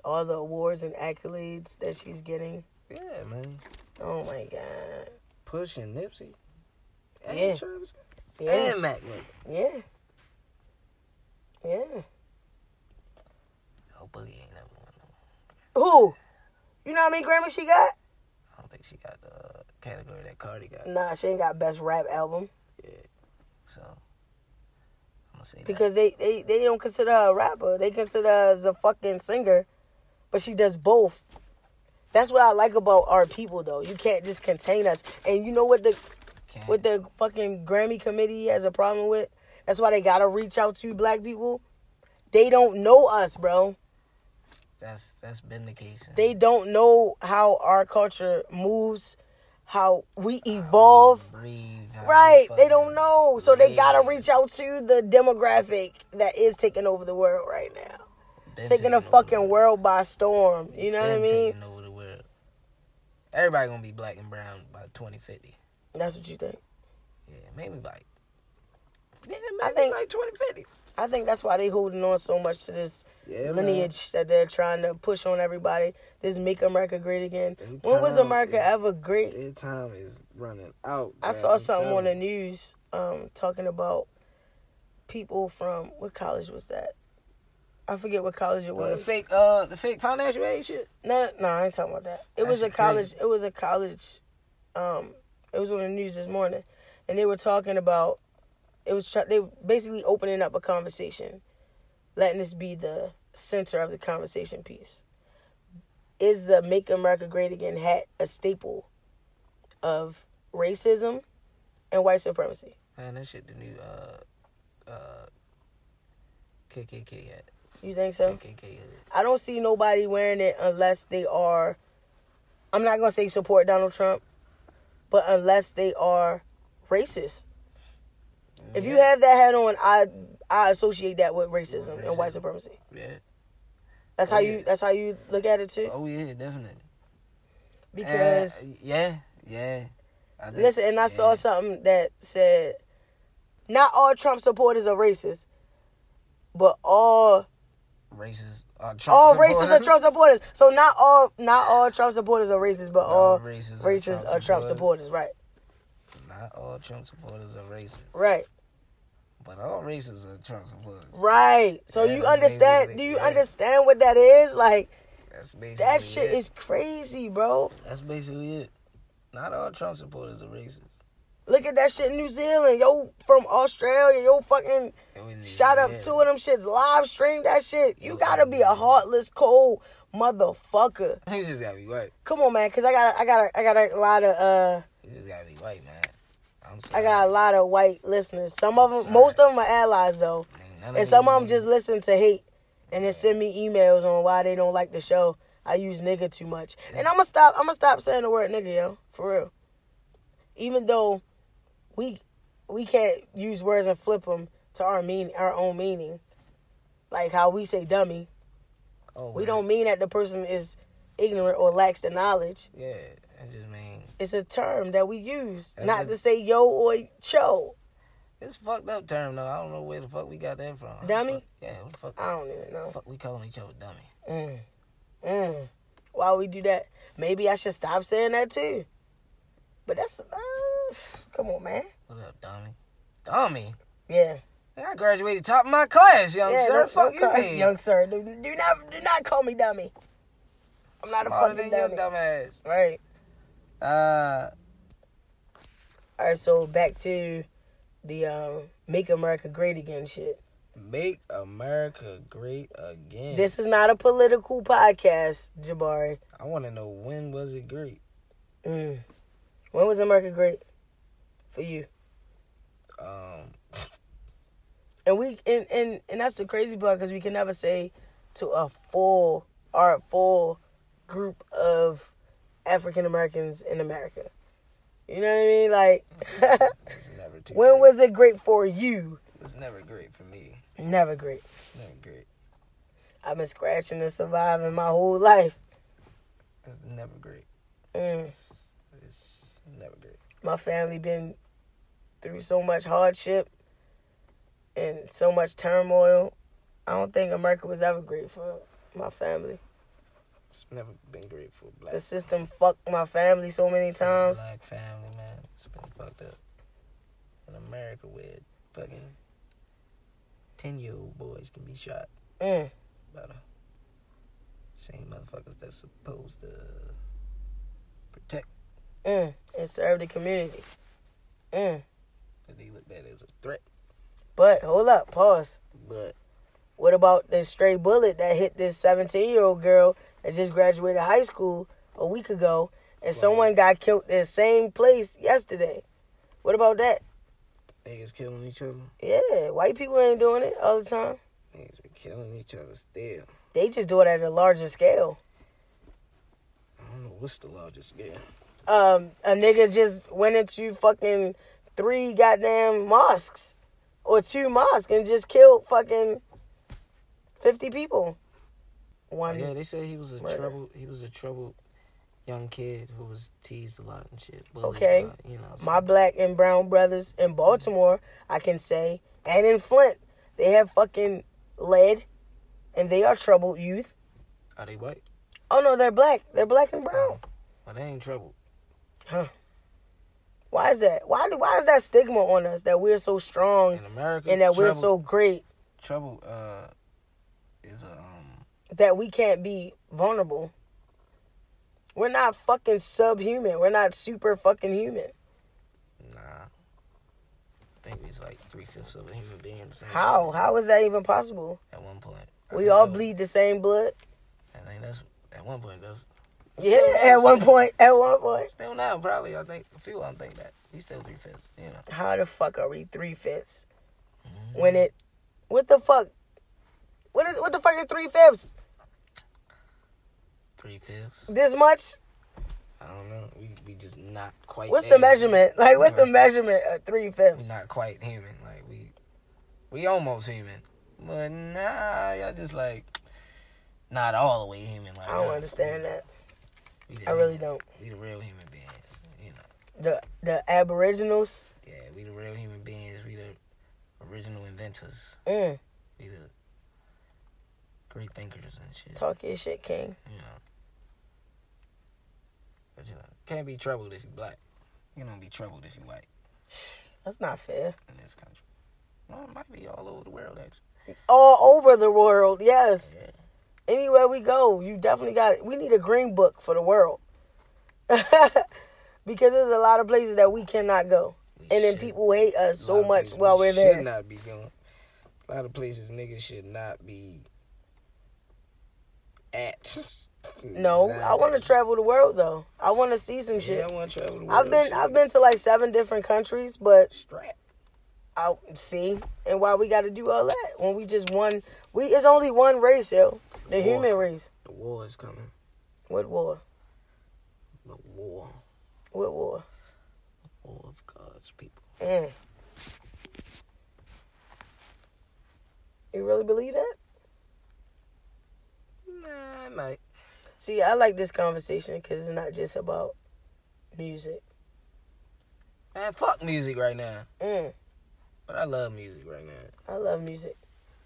all the awards and accolades that she's getting. Yeah, man. Oh my god. Push and Nipsey. And Yeah. Travis Scott. Yeah. And Mac Miller. Yeah. Yeah. Oh, Boogie ain't never won. no- Who? You know how many Grammys she got? I don't think she got the uh, category that Cardi got. Nah, she ain't got best rap album So I'm gonna say because they, they, they don't consider her a rapper. They consider her as a fucking singer, but she does both. That's what I like about our people though. You can't just contain us. And you know what the that. Can't- what the fucking Grammy committee has a problem with? That's why they gotta reach out to black people. They don't know us, bro. that's that's been the case. since- They don't know how our culture moves, how we evolve. breathe. how Right, they fucking don't know, so they breathe. gotta reach out to the demographic that is taking over the world right now, taking the Been taking over fucking world by storm. You know what I Been mean? Taking over the world. Everybody gonna be black and brown by 2050. That's what you think. Yeah, maybe like Yeah, I think- like 2050. I think that's why they holding on so much to this Yeah, lineage that they're trying to push on everybody. This make America great again. They When was time America is- ever great? Their time is running out. I bruh. saw I'm something on telling the you. news um, talking about people from what college was that? I forget what college it Well, the was. fake, uh, the fake financial aid shit. No, no, I ain't talking about that. It was a shit college. It was a college. Um, it was on the news this morning, and they were talking about. It was try- they were basically opening up a conversation, letting this be the center of the conversation piece. Is the "Make America Great Again" hat a staple of racism and white supremacy? Man, that shit the new uh, uh, KKK hat. You think so? KKK hood. I don't see nobody wearing it unless they are. I'm not gonna say support Donald Trump, but unless they are racist. If you have that hat on, I I associate that with racism and white supremacy. Yeah. That's how you. That's how you look at it too. Oh yeah, definitely. Because Uh, yeah, yeah. I think- listen, and I saw yeah. something that said, not all Trump supporters are racist, but all racists are uh, Trump all racists are supporters. Trump supporters. So not all not all Trump supporters are racist, but Not all racists are racists Trump are Trump supporters. supporters. Right, Not all Trump supporters are racist, right, but all racists are Trump supporters. right. So Yeah, you that's understand? basically- Do you yeah. understand what that is? Like That's basically that shit it. is crazy, bro. That's basically it. Not all Trump supporters are racist. Look at that shit in New Zealand. Yo, from Australia, yo, fucking shot up two of them shits, live stream that shit. You Yo, gotta be a yeah. heartless, cold motherfucker. You just gotta be white. Come on, man, cause I got, a, I got, a, I got a lot of, uh, You just gotta be white, man. I'm I sorry. got a lot of white listeners. Some of them, Sorry. most of them are allies though, Ain't none and these some of them niggas- just listen to hate, and then send me emails on why they don't like the show. I use nigga too much, and I'm gonna stop. I'm gonna stop saying the word nigga, yo, for real. Even though we we can't use words and flip them to our mean our own meaning, like how we say dummy. Oh, We man. don't mean that the person is ignorant or lacks the knowledge. Yeah, I just mean It's a term that we use, That's not it. to say yo or cho. it's fucked up term though. I don't know where the fuck we got that from. Dummy? Yeah, what the fuck? I don't even know. fuck we calling each other dummy. Mm. Mm. Why we do that? Maybe I should stop saying that too. But that's uh, come on, man. What up, dummy? Dummy. Yeah, Man, I graduated top of my class, young yeah. sir. don't- don't fuck you, call- mean? young sir. Do, do not do not call me dummy. I'm not Smarter a fucking than dummy. your dumb ass. Right. Uh, All right. So back to the um, "Make America Great Again" shit. Make America great again. This is not a political podcast, Jabari. I want to know when was it great? Mm. When was America great for you? Um, and we and and, and that's the crazy part because we can never say to a full or a full group of African Americans in America. You know what I mean? Like, it's never too. when great. was it great for you? It's never great for me. Never great. Never great. I've been scratching and surviving my whole life. It's never great. Mm. It's never great. My family been through so much hardship and so much turmoil. I don't think America was ever great for my family. It's never been great for black. The system fucked my family so many times. Black family, man. It's been fucked up. In America, where fucking 10 year old boys can be shot Mm. by the same motherfuckers that's supposed to protect, Mm. And serve the community. Mm. but they look at it as a threat. But hold up, pause. But What about the stray bullet that hit this 17 year old girl that just graduated high school a week ago and someone got killed in the same place yesterday? What about that? niggas killing each other. Yeah, white people ain't doing it all the time. Niggas be killing each other still. They just do it at a larger scale. I don't know what's the largest scale. Um, a nigga just went into fucking three goddamn mosques or two mosques and just killed fucking 50 people. One. Yeah, they said he was a Murder. trouble. He was a troubled young kid who was teased a lot and shit. bullied a Okay. lot, you know. so- my black and brown brothers in Baltimore, I can say, and in Flint, they have fucking lead and they are troubled youth. are they white? Oh no, they're black. They're black and brown. Well, they ain't troubled. Why is that? Why do why is that stigma on us that we're so strong In America, and that we're trouble- so great trouble uh is a um that we can't be vulnerable? We're not fucking subhuman. We're not super fucking human. nah. I think it's like three fifths of a human being. or some How? shit How is that even possible? At one point, I We think all that was- bleed the same blood. I think that's at one point. That's Yeah, at one point, at one point. still now probably. I think a few of them think that he's still three fifths. You know. how the fuck are we three fifths when it what the fuck what is what the fuck is three fifths Three fifths. this much I don't know. We we just not quite. what's there. the measurement like what's the Right. measurement of three We fifths not quite human. Like we we almost human, but nah, y'all just like not all the way human. Like i don't y'all- understand that we the i really human- don't We the real human beings. You know. the the aboriginals Yeah, we the real human beings. We the original inventors. mm, We the great thinkers and shit. talk your shit king You know. But you know, can't be troubled if you black. You don't be troubled if you white that's not fair in this country. Well, it might be all over the world actually. all over the world yes Yeah. anywhere we go you definitely got it we need a green book for the world because there's a lot of places that we cannot go We and then should- people hate us lot so of much places we while we're there Should not be going. A lot of places niggas should not be at. No, I want to Exactly. travel the world though. I want to see some shit. Yeah, I want to travel the world. I've been shit. I've been to like seven different countries, but strapped. I see. And why we got to do all that when we just one? We it's only one race, yo, the War. human race. The war is coming. What war? The war. What war? War of God's people. Mm. You really believe that? Nah, I might. See, I like this conversation because it's not just about music. Man, fuck music right now. Mm. But I love music right now. I love music.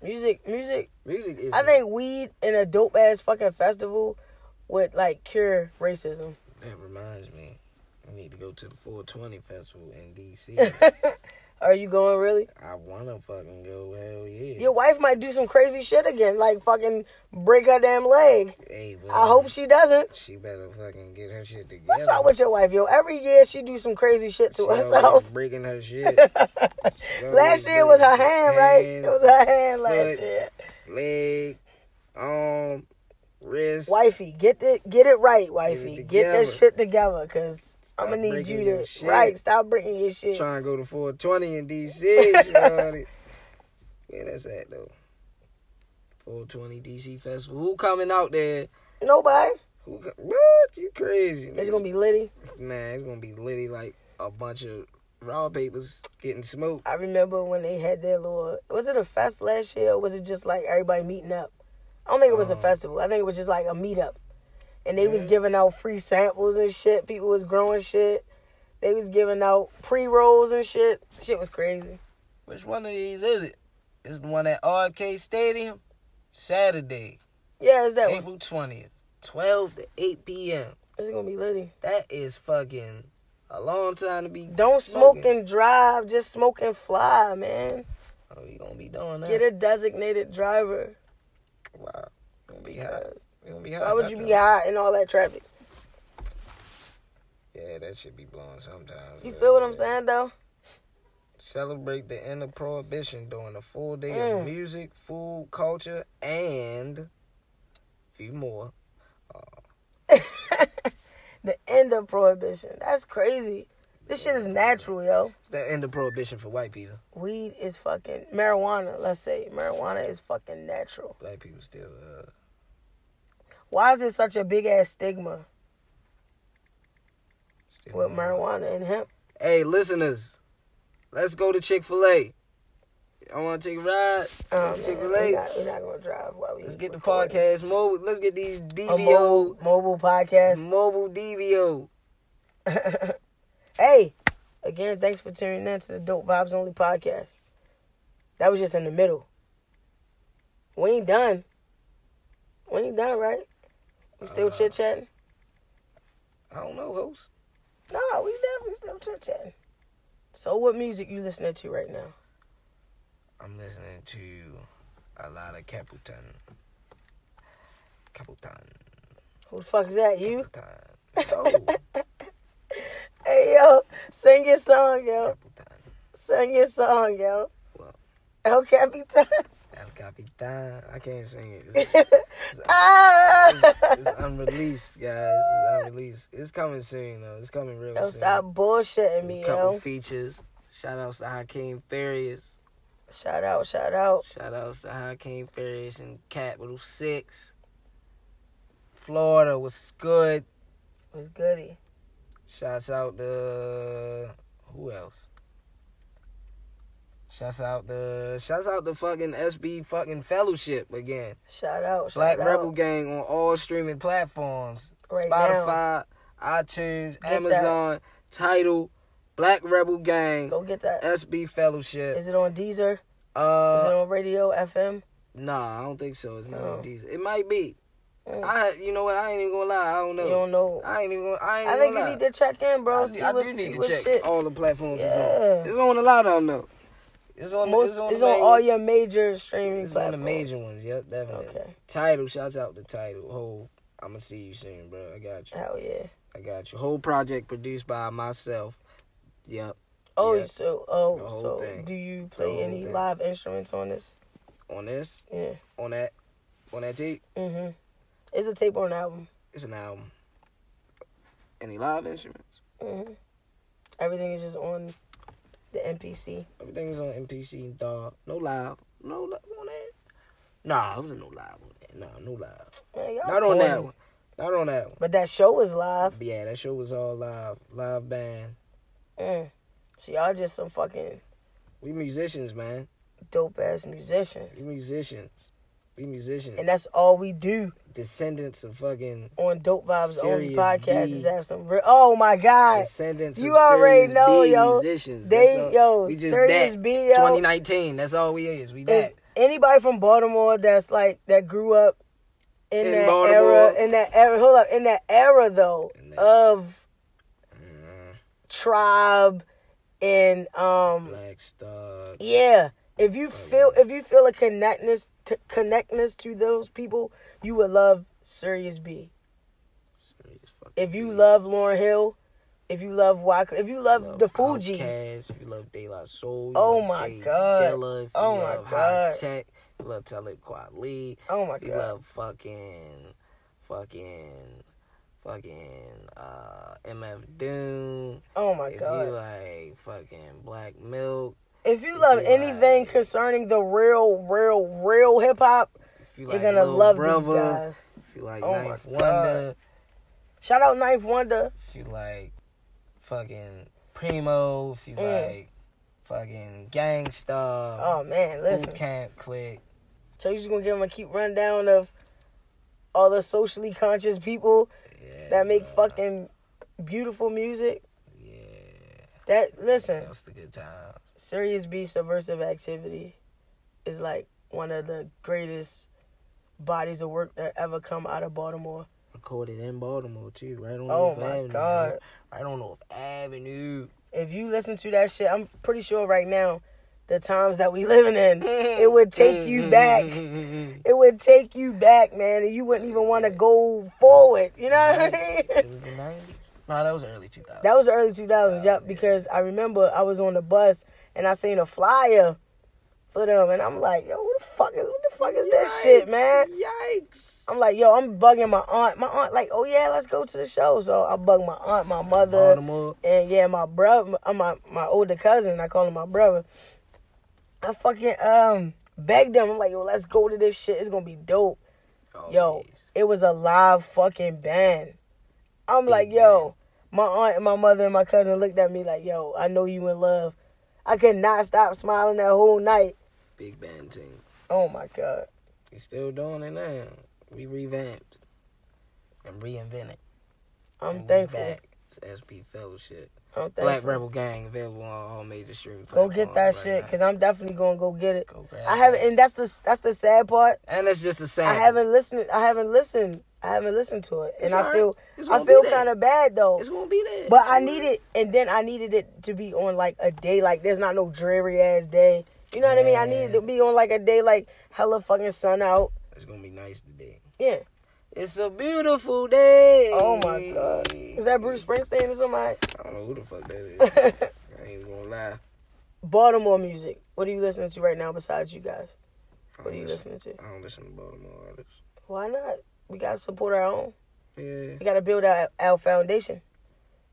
Music, music Music is. I think weed in a dope ass fucking festival would like cure racism. That reminds me. I need to go to the 420 festival in D.C. Are you going really? I want to fucking go. Hell yeah. Your wife might do some crazy shit again, like fucking break her damn leg. Hey, but I hope she doesn't. She better fucking get her shit together. What's up with your wife, yo? Every year she do some crazy shit She to always herself. Breaking her shit. She always Last year it was her breaking hand, right? It was her hand last foot. year. leg, arm, wrist. Wifey, get it, get it right, wifey. get together. that shit together, cause I'm gonna need breaking you your to shit. right. Stop breaking your shit. Trying to go to 420 in DC. shorty. Where that's at though? 420 DC Festival. Who coming out there? Nobody. Who? co- What? You crazy? It's gonna be Liddy. man. It's gonna be litty like a bunch of raw papers getting smoked. I remember when they had their little was it a fest last year or was it just like everybody meeting up? I don't think it was Uh-huh. a festival. I think it was just like a meetup. And they was giving out free samples and shit. People was growing shit. They was giving out pre rolls and shit. Shit was crazy. Which one of these is it? It's the one at RK Stadium, Saturday, Yeah, it's that one. April 20th. 12 to 8 p.m. It's gonna be litty. That is fucking a long time to be. Don't smoke and drive. Just smoke and fly, man. Oh, you gonna be doing that? Get a designated driver. Wow. You gonna be hot. Because You gonna be hot. why would you after be high in all that traffic? that. Yeah, that should be blowing sometimes. You though, feel what I'm yeah. saying though? Celebrate the end of prohibition during a full day Mm. of music, food, culture, and a few more. The end of prohibition. That's crazy. This shit is natural, yo. It's the end of prohibition for white people. Weed is fucking marijuana. Let's say marijuana is fucking natural. Black people still. Uh, Why is it such a big ass stigma still with on. marijuana and hemp? Hey, listeners, let's go to Chick Fil A. I want to take a ride. Um, Chick Fil We're A. not, we not gonna drive while we Let's get the recording. podcast mobile. Let's get these A mobile, DVO mobile podcast. mobile DVO. Hey, again, thanks for tuning in to the Dope Vibes Only podcast. That was just in the middle. We ain't done. We ain't done, right? Uh, We still chit chatting. I don't know, host. No, we definitely still chit chatting. So, what music you listening to right now? I'm listening to a lot of Caputan. Caputan. Who the fuck is that? You? Caputan. No, Hey yo, sing your song, yo. Caputan. Sing your song, yo. Well. El Capitan. El Capitan. I can't sing it. It's, Ah! it's unreleased, guys. It's unreleased. It's coming soon, though. It's coming real Yo, soon. stop bullshitting me, A couple yo. features. Shout outs to Hakeem Farias. Shout out, shout out. Shout outs to Hakeem Farias and Capital Six. Florida was good. What's goody? Shouts out to who else? Shouts out the shouts out the fucking SB fucking fellowship again. Shout out, shout Black out. Rebel Gang on all streaming platforms. Right Spotify, iTunes, that. Amazon, Title, Black Rebel Gang, Go get that. SB Fellowship. Is it on Deezer? uh Is it on radio FM? Nah, I don't think so. It's not Oh. on diesel. It might be. Mm. I, you know what? I ain't even gonna lie. I don't know. You don't know. I, I ain't even. Gonna, I ain't even think gonna you lie. need to check in, bro. I, see do- I what, do see need to what check Oh, shit. all the platforms. Yeah. It's on. It's on a lot of them though. It's on. Most, it's on, the main- all your major streaming It's on platforms. the major ones. Yep, definitely. Okay. Title. Shouts out the title. Whole. I'm gonna see you soon, bro. I got you. Hell yeah. I got you. Whole project produced by myself. Yep. Oh, Yeah. so The oh, whole so thing. do you The play whole any thing. live instruments on this? On this. Yeah. On that. On that tape. Mm-hmm. It's a tape on album. It's an album. Any live instruments? Mm-hmm. Everything is just on the NPC. Everything's on MPC, dog. No live. No live on that. Nah, it was no live on that. Nah, no live. Man, y'all Not on that corny. one. Not on that one. But that show is live. But yeah, that show was all live. Live band. Mm. So y'all just some fucking We musicians, man. dope ass musicians. We musicians. We musicians. And that's all we do. Descendants of fucking. on Dope Vibes Only Serious podcast B. is have some real. Oh my God, Descendants you of already Series know, B yo. musicians. They- That's all- yo, We just Series that. B, yo. 2019. That's all we is. We And that. anybody from Baltimore that's like that grew up in, In that Baltimore. era, in that era, hold up, in that era though In that- of Mm, tribe and um Black Oh, Star. yeah. If you feel if you feel a connectness to connectness to those people, you would love Sirius B. Serious fucking If you B. love Lauren Hill, if you love Wycliffe, if you love, the Fugees, Outkast, if you love Daylight Soul, you Oh love my Jay God. Dilla, if you Oh my love High God. Tech, you love Talib Kweli, oh my if you God, love fucking, fucking, fucking uh, MF Doom, oh my if God. you like fucking Black Milk, If you love you anything like- concerning the real, real, real hip hop, if you you're like gonna Lil love these Brother, guys. if you like Oh my Ninth God. Wonder, Shout out Knife Wonder. if you like fucking Primo, if you Mm. like fucking Gangsta, Oh man, listen. Boot Camp Click. So you just gonna give them a keep rundown of all the socially conscious people Yeah, that make bruh. fucking beautiful music. Yeah, That listen, that's the good times. Serious B Subversive Activity is like one of the greatest bodies of work that ever come out of Baltimore. recorded in Baltimore too, right on Oh North my Avenue. God. Right on North Avenue. If you listen to that shit, I'm pretty sure right now, the times that we living in, it would take Mm-hmm. you back. it It would take you back, man, and you wouldn't even want to go forward. You know what I mean? was the nineties. No, that was early two thousand. That was the early 2000s, yep, because I remember I was on the bus and I seen a flyer for them and I'm like, yo, what the fuck is what the fuck is this shit, man? Yikes. I'm like, yo, I'm bugging my aunt. My aunt like, "Oh yeah, let's go to the show." So I bug my aunt, my mother, Baltimore. and yeah, my brother, uh, my my older cousin, I call him my brother. I fucking um begged them. I'm like, yo, let's go to this shit. It's gonna be dope. Oh, Yo, yeah. it was a live fucking band. I'm like, yo, my aunt and my mother and my cousin looked at me like, yo, I know you in love. I could not stop smiling that whole night. Big band things. Oh my god. We still doing it now. We revamped and reinvented. I'm And we thankful. back. It's SP Fellowship. I'm thankful. Black Rebel Gang available on all major streaming go platforms. get that right shit, now. cause I'm definitely gonna go get it. Go grab I haven't, it. and that's the that's the sad part. And it's just the same. I haven't listened. I haven't listened. I haven't listened to it, It's and I alright. feel It's I gonna be feel there. kind of bad though. It's gonna be there. But I need it, and then I needed it to be on like a day like there's not no dreary ass day. You know what I mean? I needed to be on like a day like hella fucking sun out. It's gonna be nice today. Yeah. It's a beautiful day. Oh my god. Is that Bruce Springsteen or somebody? I don't know who the fuck that is. I ain't gonna lie. Baltimore music. What are you listening to right now besides you guys? I What don't are you listen, listening to? I don't listen to Baltimore artists. Why not? We gotta support our own. Yeah, We gotta build our, our foundation,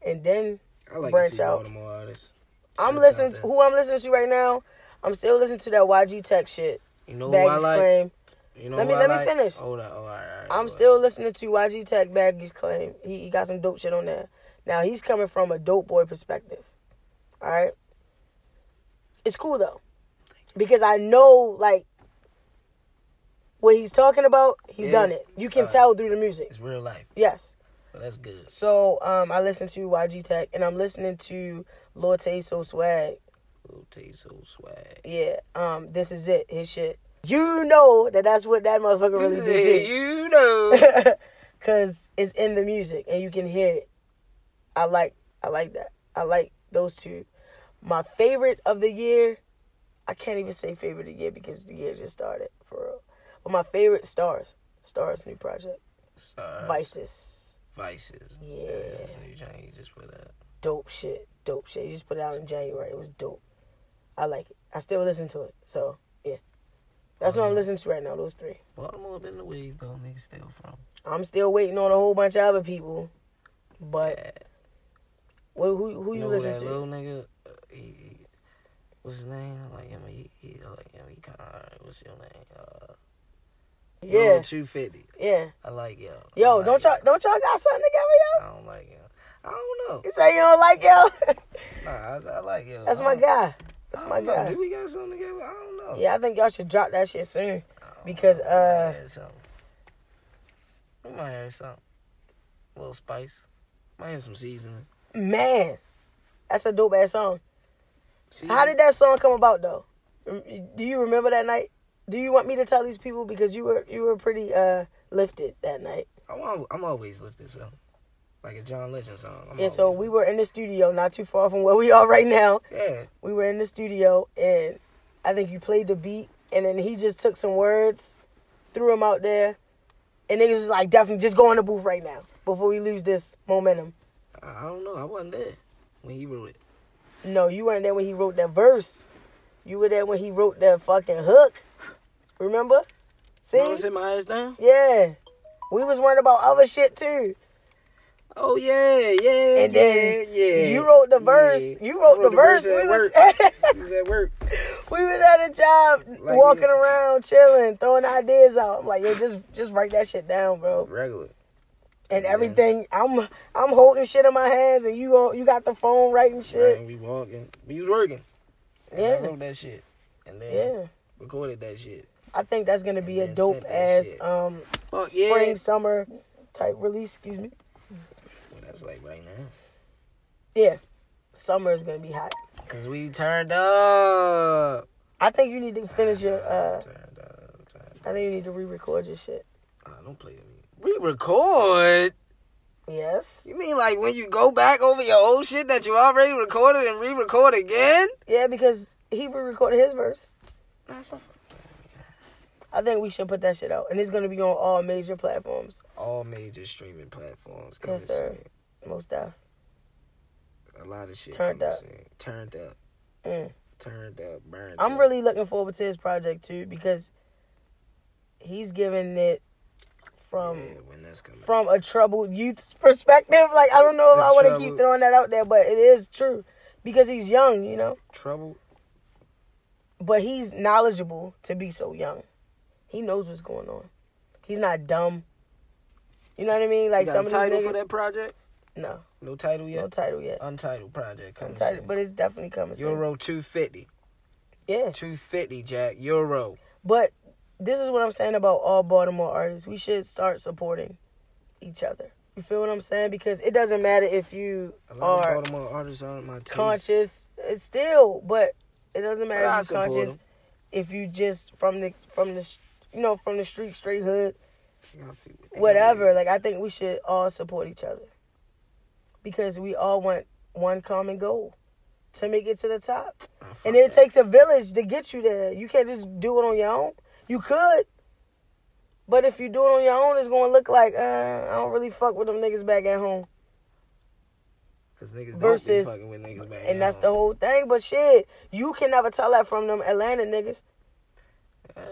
and then I like Branch a few out. Baltimore artists. I'm Shit's listening. out there. Who I'm listening to right now? I'm still listening to that YG Tech shit. You know who I Baggy like. Claim. You know Let me- who I let me like? finish. Hold on. Oh, all right, all right, I'm go still listening to YG Tech Baggy's claim. He, he got some dope shit on there. Now he's coming from a dope boy perspective. All right. It's cool though. Because I know like what he's talking about, he's Yeah. done it. You can Alright. tell through the music. It's real life, Yes. but that's good. So um I listen to YG Tech and I'm listening to Lorte So Swag. Little taste, so swag. Yeah. Um this is it, his shit. You know that that's what that motherfucker really did. to you. you know. Cause it's in the music and you can hear it. I like I like that. I like those two. My favorite of the year, I can't even say favorite of the year because the year just started for real. But my favorite stars. Stars new project. Sorry. Vices. Vices. Yeah. That's a new joint you just put out. Dope shit. Dope shit. He just put it out in January. It was dope. I like it. I still listen to it. So yeah. That's what I'm listening to right now, those three. Baltimore been the wave though. Niggas still from. I'm still waiting on a whole bunch of other people. But Yeah. who who, who you know listen that to? little nigga? Uh, he, he, what's his name? I like him. He, he I like him. He kind of alright. What's your name? Uh, yeah. Two fifty. Yeah. I like yo. I Yo, like don't y'all him. don't y'all got something together, yo? I don't like yo. I don't know. You say you don't like yo? Nah, I, I like yo. That's I my don't- guy. Uh-uh. I That's don't my know. guy. Do we got something together? I don't know. Yeah, I think y'all should drop that shit soon I don't because uh know. We might add something. We might add something. A little spice. Might have some seasoning. man, that's a dope ass song. seasoning. How did that song come about though? Rem- Do you remember that night? Do you want me to tell these people because you were you were pretty uh lifted that night? I'm, al- I'm always lifted so. Like a John Legend song. I'm Yeah, so always- we were in the studio not too far from where we are right now. Yeah. We were in the studio and I think you played the beat and then he just took some words, threw them out there, and niggas was like, definitely just go in the booth right now before we lose this momentum. I, I don't know. I wasn't there when he wrote it. No, you weren't there when he wrote that verse. You were there when he wrote that fucking hook. Remember? See? You want to sit my ass down? yeah. We was worried about other shit too. Oh yeah, yeah, And then yeah, yeah. you wrote the verse. yeah. You wrote, I the, verse. at We was, work. We was at work. we was at a job Like, walking yeah. around, chilling, throwing ideas out. I'm like, yo, just just write that shit down, bro. Regular. and Yeah. everything. I'm I'm holding shit in my hands, and you all- you got the phone writing shit. Right, we walking. We was working. And I Yeah. wrote that shit. And then Yeah, recorded that shit. I think that's gonna be a And then dope sent that ass shit. um Fuck yeah. spring summer type release. Excuse me. Well, that's like right now. Yeah, summer is gonna be hot. Cause we turned up. I think you need to finish your. uh Turned up. Turned up. I think you need to re-record your shit. Ah, don't play with me. Re-record. Yes. You mean like when you go back over your old shit that you already recorded and re-record again? Yeah, because he re-recorded his verse. That's a- I think we should put that shit out, and it's gonna be on all major platforms. All major streaming platforms. coming Yes, sir. soon. Most def. A lot of shit. Turned coming up. soon. Turned up. Mm. Turned up. Burned. I'm up. really looking forward to his project too because he's giving it from Yeah, when that's coming. from a troubled youth's perspective. Like I don't know if The I want to trouble- keep throwing that out there, but it is true because he's young, you know. Trouble. But he's knowledgeable to be so young. He knows what's going on. He's not dumb. You know what I mean? You Like got some a of these title for niggas. that Oh, project? No, No title no yet. title yet. Untitled project coming Title, soon. but it's definitely coming. soon. Euro 250. Yeah. 250, Jack. Euro. But this is what I'm saying about all Baltimore artists. We should start supporting each other. You feel what I'm saying? Because it doesn't matter if you A lot are of Baltimore artists aren't my taste. conscious. It's still, but it doesn't matter But I if you're support conscious. 'em. If you just from the from the s- you know from the street, straight hood, I feel what they whatever. mean. Like I think we should all support each other because we all want one common goal to make it to the top. I fuck And it that. takes a village to get you there. You can't just do it on your own. You could. But if you do it on your own, it's gonna look like uh, I don't really fuck with them niggas back at home, Cause niggas don't versus- be fucking with niggas back and that's the home. whole thing. But shit, you can never tell that from them Atlanta niggas. Uh,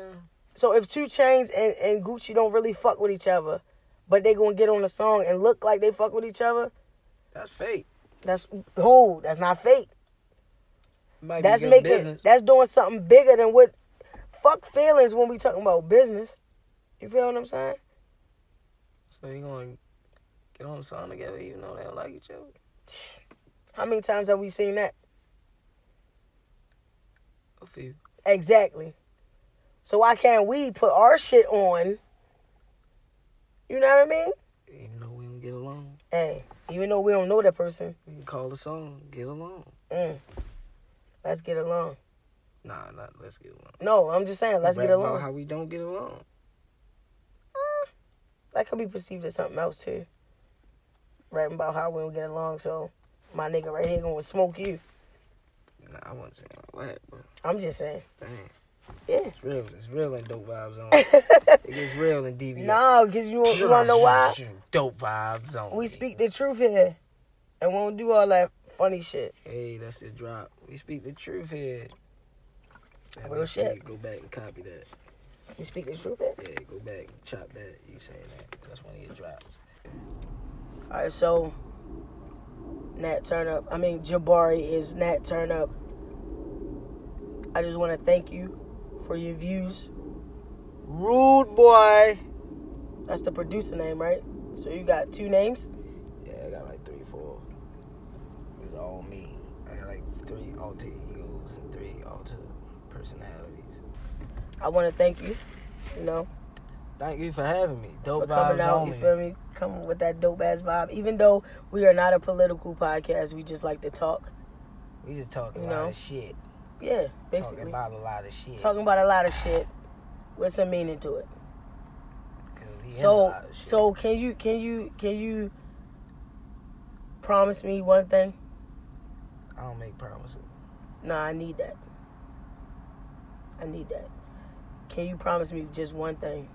So if Two Chains and, and Gucci don't really fuck with each other, but they gonna get on a song and look like they fuck with each other, that's fake. that's whole. That's not fake. Might That's be good making. business. That's doing something bigger than what. Fuck feelings when we talking about business. You feel what I'm saying? so you gonna get on the song together even though they don't like each other? How many times have we seen that? A few. Exactly. So why can't we put our shit on? You know what I mean? Even though we don't get along, Hey, even though we don't know that person, we can call the song "Get Along." mm, let's get along. Nah, not let's get along. No, I'm just saying, let's Rap get about along. Ah, How we don't get along. That could be perceived as something else too. Rapping about how we don't get along, so my nigga right here gonna smoke you. Nah, I wasn't saying like that, but I'm just saying. dang, Yeah. it's real. It's real and dope vibes on. it gets real and deviant. Nah, cause you, you wanna know why? Dope vibes on. We speak the truth here. And we don't do all that funny shit. Hey, that's the drop. We speak the truth here. Man, Real we shit. should Go back and copy that. We speak the truth here. Yeah, go back and chop that. You saying that? That's one of your drops. All right, so Nat Turnup, I mean Jabari is Nat Turnup. I just want to thank you for your views. Rude boy. That's the producer name, right? So you got two names. Yeah, I got like three, four. It's all me. I got like three alter egos and three alter personalities. I want to thank you. You know, Thank you for having me. Dope for coming vibes out. only. You feel me? Coming with that dope ass vibe. Even though we are not a political podcast, we just like to talk. We just talking You a lot know, of shit. Yeah, Talking basically about a lot of shit. talking about a lot of shit with some meaning to it. 'Cause we in a So lot of shit. so can you can you can you promise me one thing? I don't make promises. Nah, I need that. I need that. Can you promise me just one thing?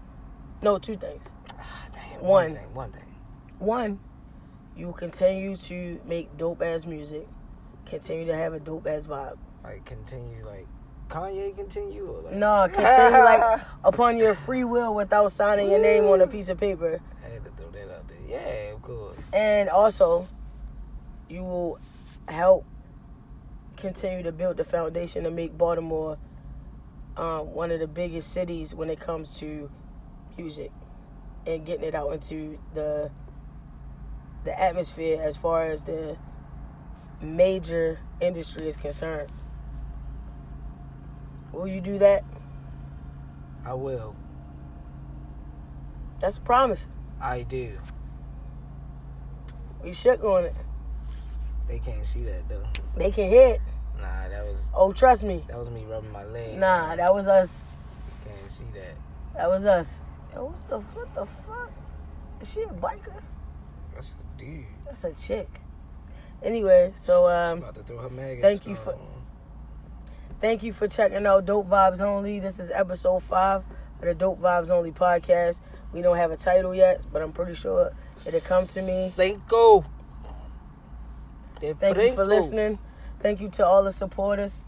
No, two things. Ah, damn. One. One thing. One thing. One, you will continue to make dope ass music. Continue to have a dope ass vibe. Like continue like Kanye continue or like No, continue like upon your free will without signing your name on a piece of paper. I had to throw that out there. Yeah, of course. And also, you will help continue to build the foundation to make Baltimore um, one of the biggest cities when it comes to music and getting it out into the the atmosphere as far as the major industry is concerned. Will you do that? I will. That's a promise. I do. We shook on it. They can't see that though. They can hit. Nah, that was Oh, trust me. that was me rubbing my leg. Nah, that was us. can't see that. That was us. Yo, what's the what the fuck? Is she a biker? That's a dude. That's a chick. Anyway, so She's um, about to throw her mag. thank you for- thank you for checking out Dope Vibes Only. This is episode five of the Dope Vibes Only podcast. We don't have a title yet, but I'm pretty sure it'll come to me. Cinco. Thank you for listening. Thank you to all the supporters.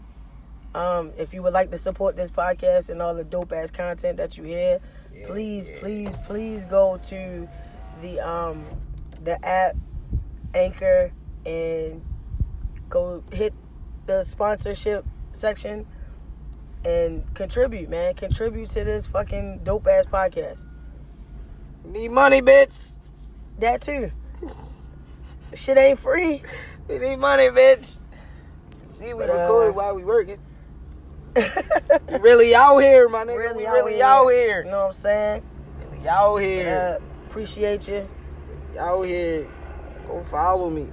Um, if you would like to support this podcast and all the dope ass content that you hear, Yeah, please, yeah. please, please go to the um, the app Anchor and go hit the sponsorship section and contribute, man. Contribute to this fucking dope ass podcast. Need money, bitch. That too. Shit ain't free. We need money, bitch. See, we But, uh, recorded while we working. We really out here, my nigga. we really out You here. know what I'm saying? Really out Uh, here. appreciate you. Out here. Go follow me.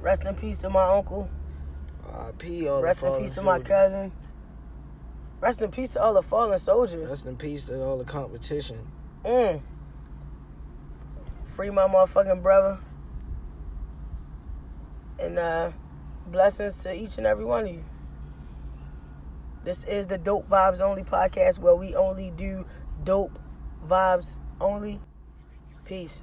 Rest in peace to my uncle. R.I.P. all the Rest in fallen peace to my soldiers. cousin. Rest in peace to all the fallen soldiers. Rest in peace to all the competition. Mm. Free my motherfucking brother. And uh, blessings to each and every one of you. This is the Dope Vibes Only podcast where we only do dope vibes only. Peace.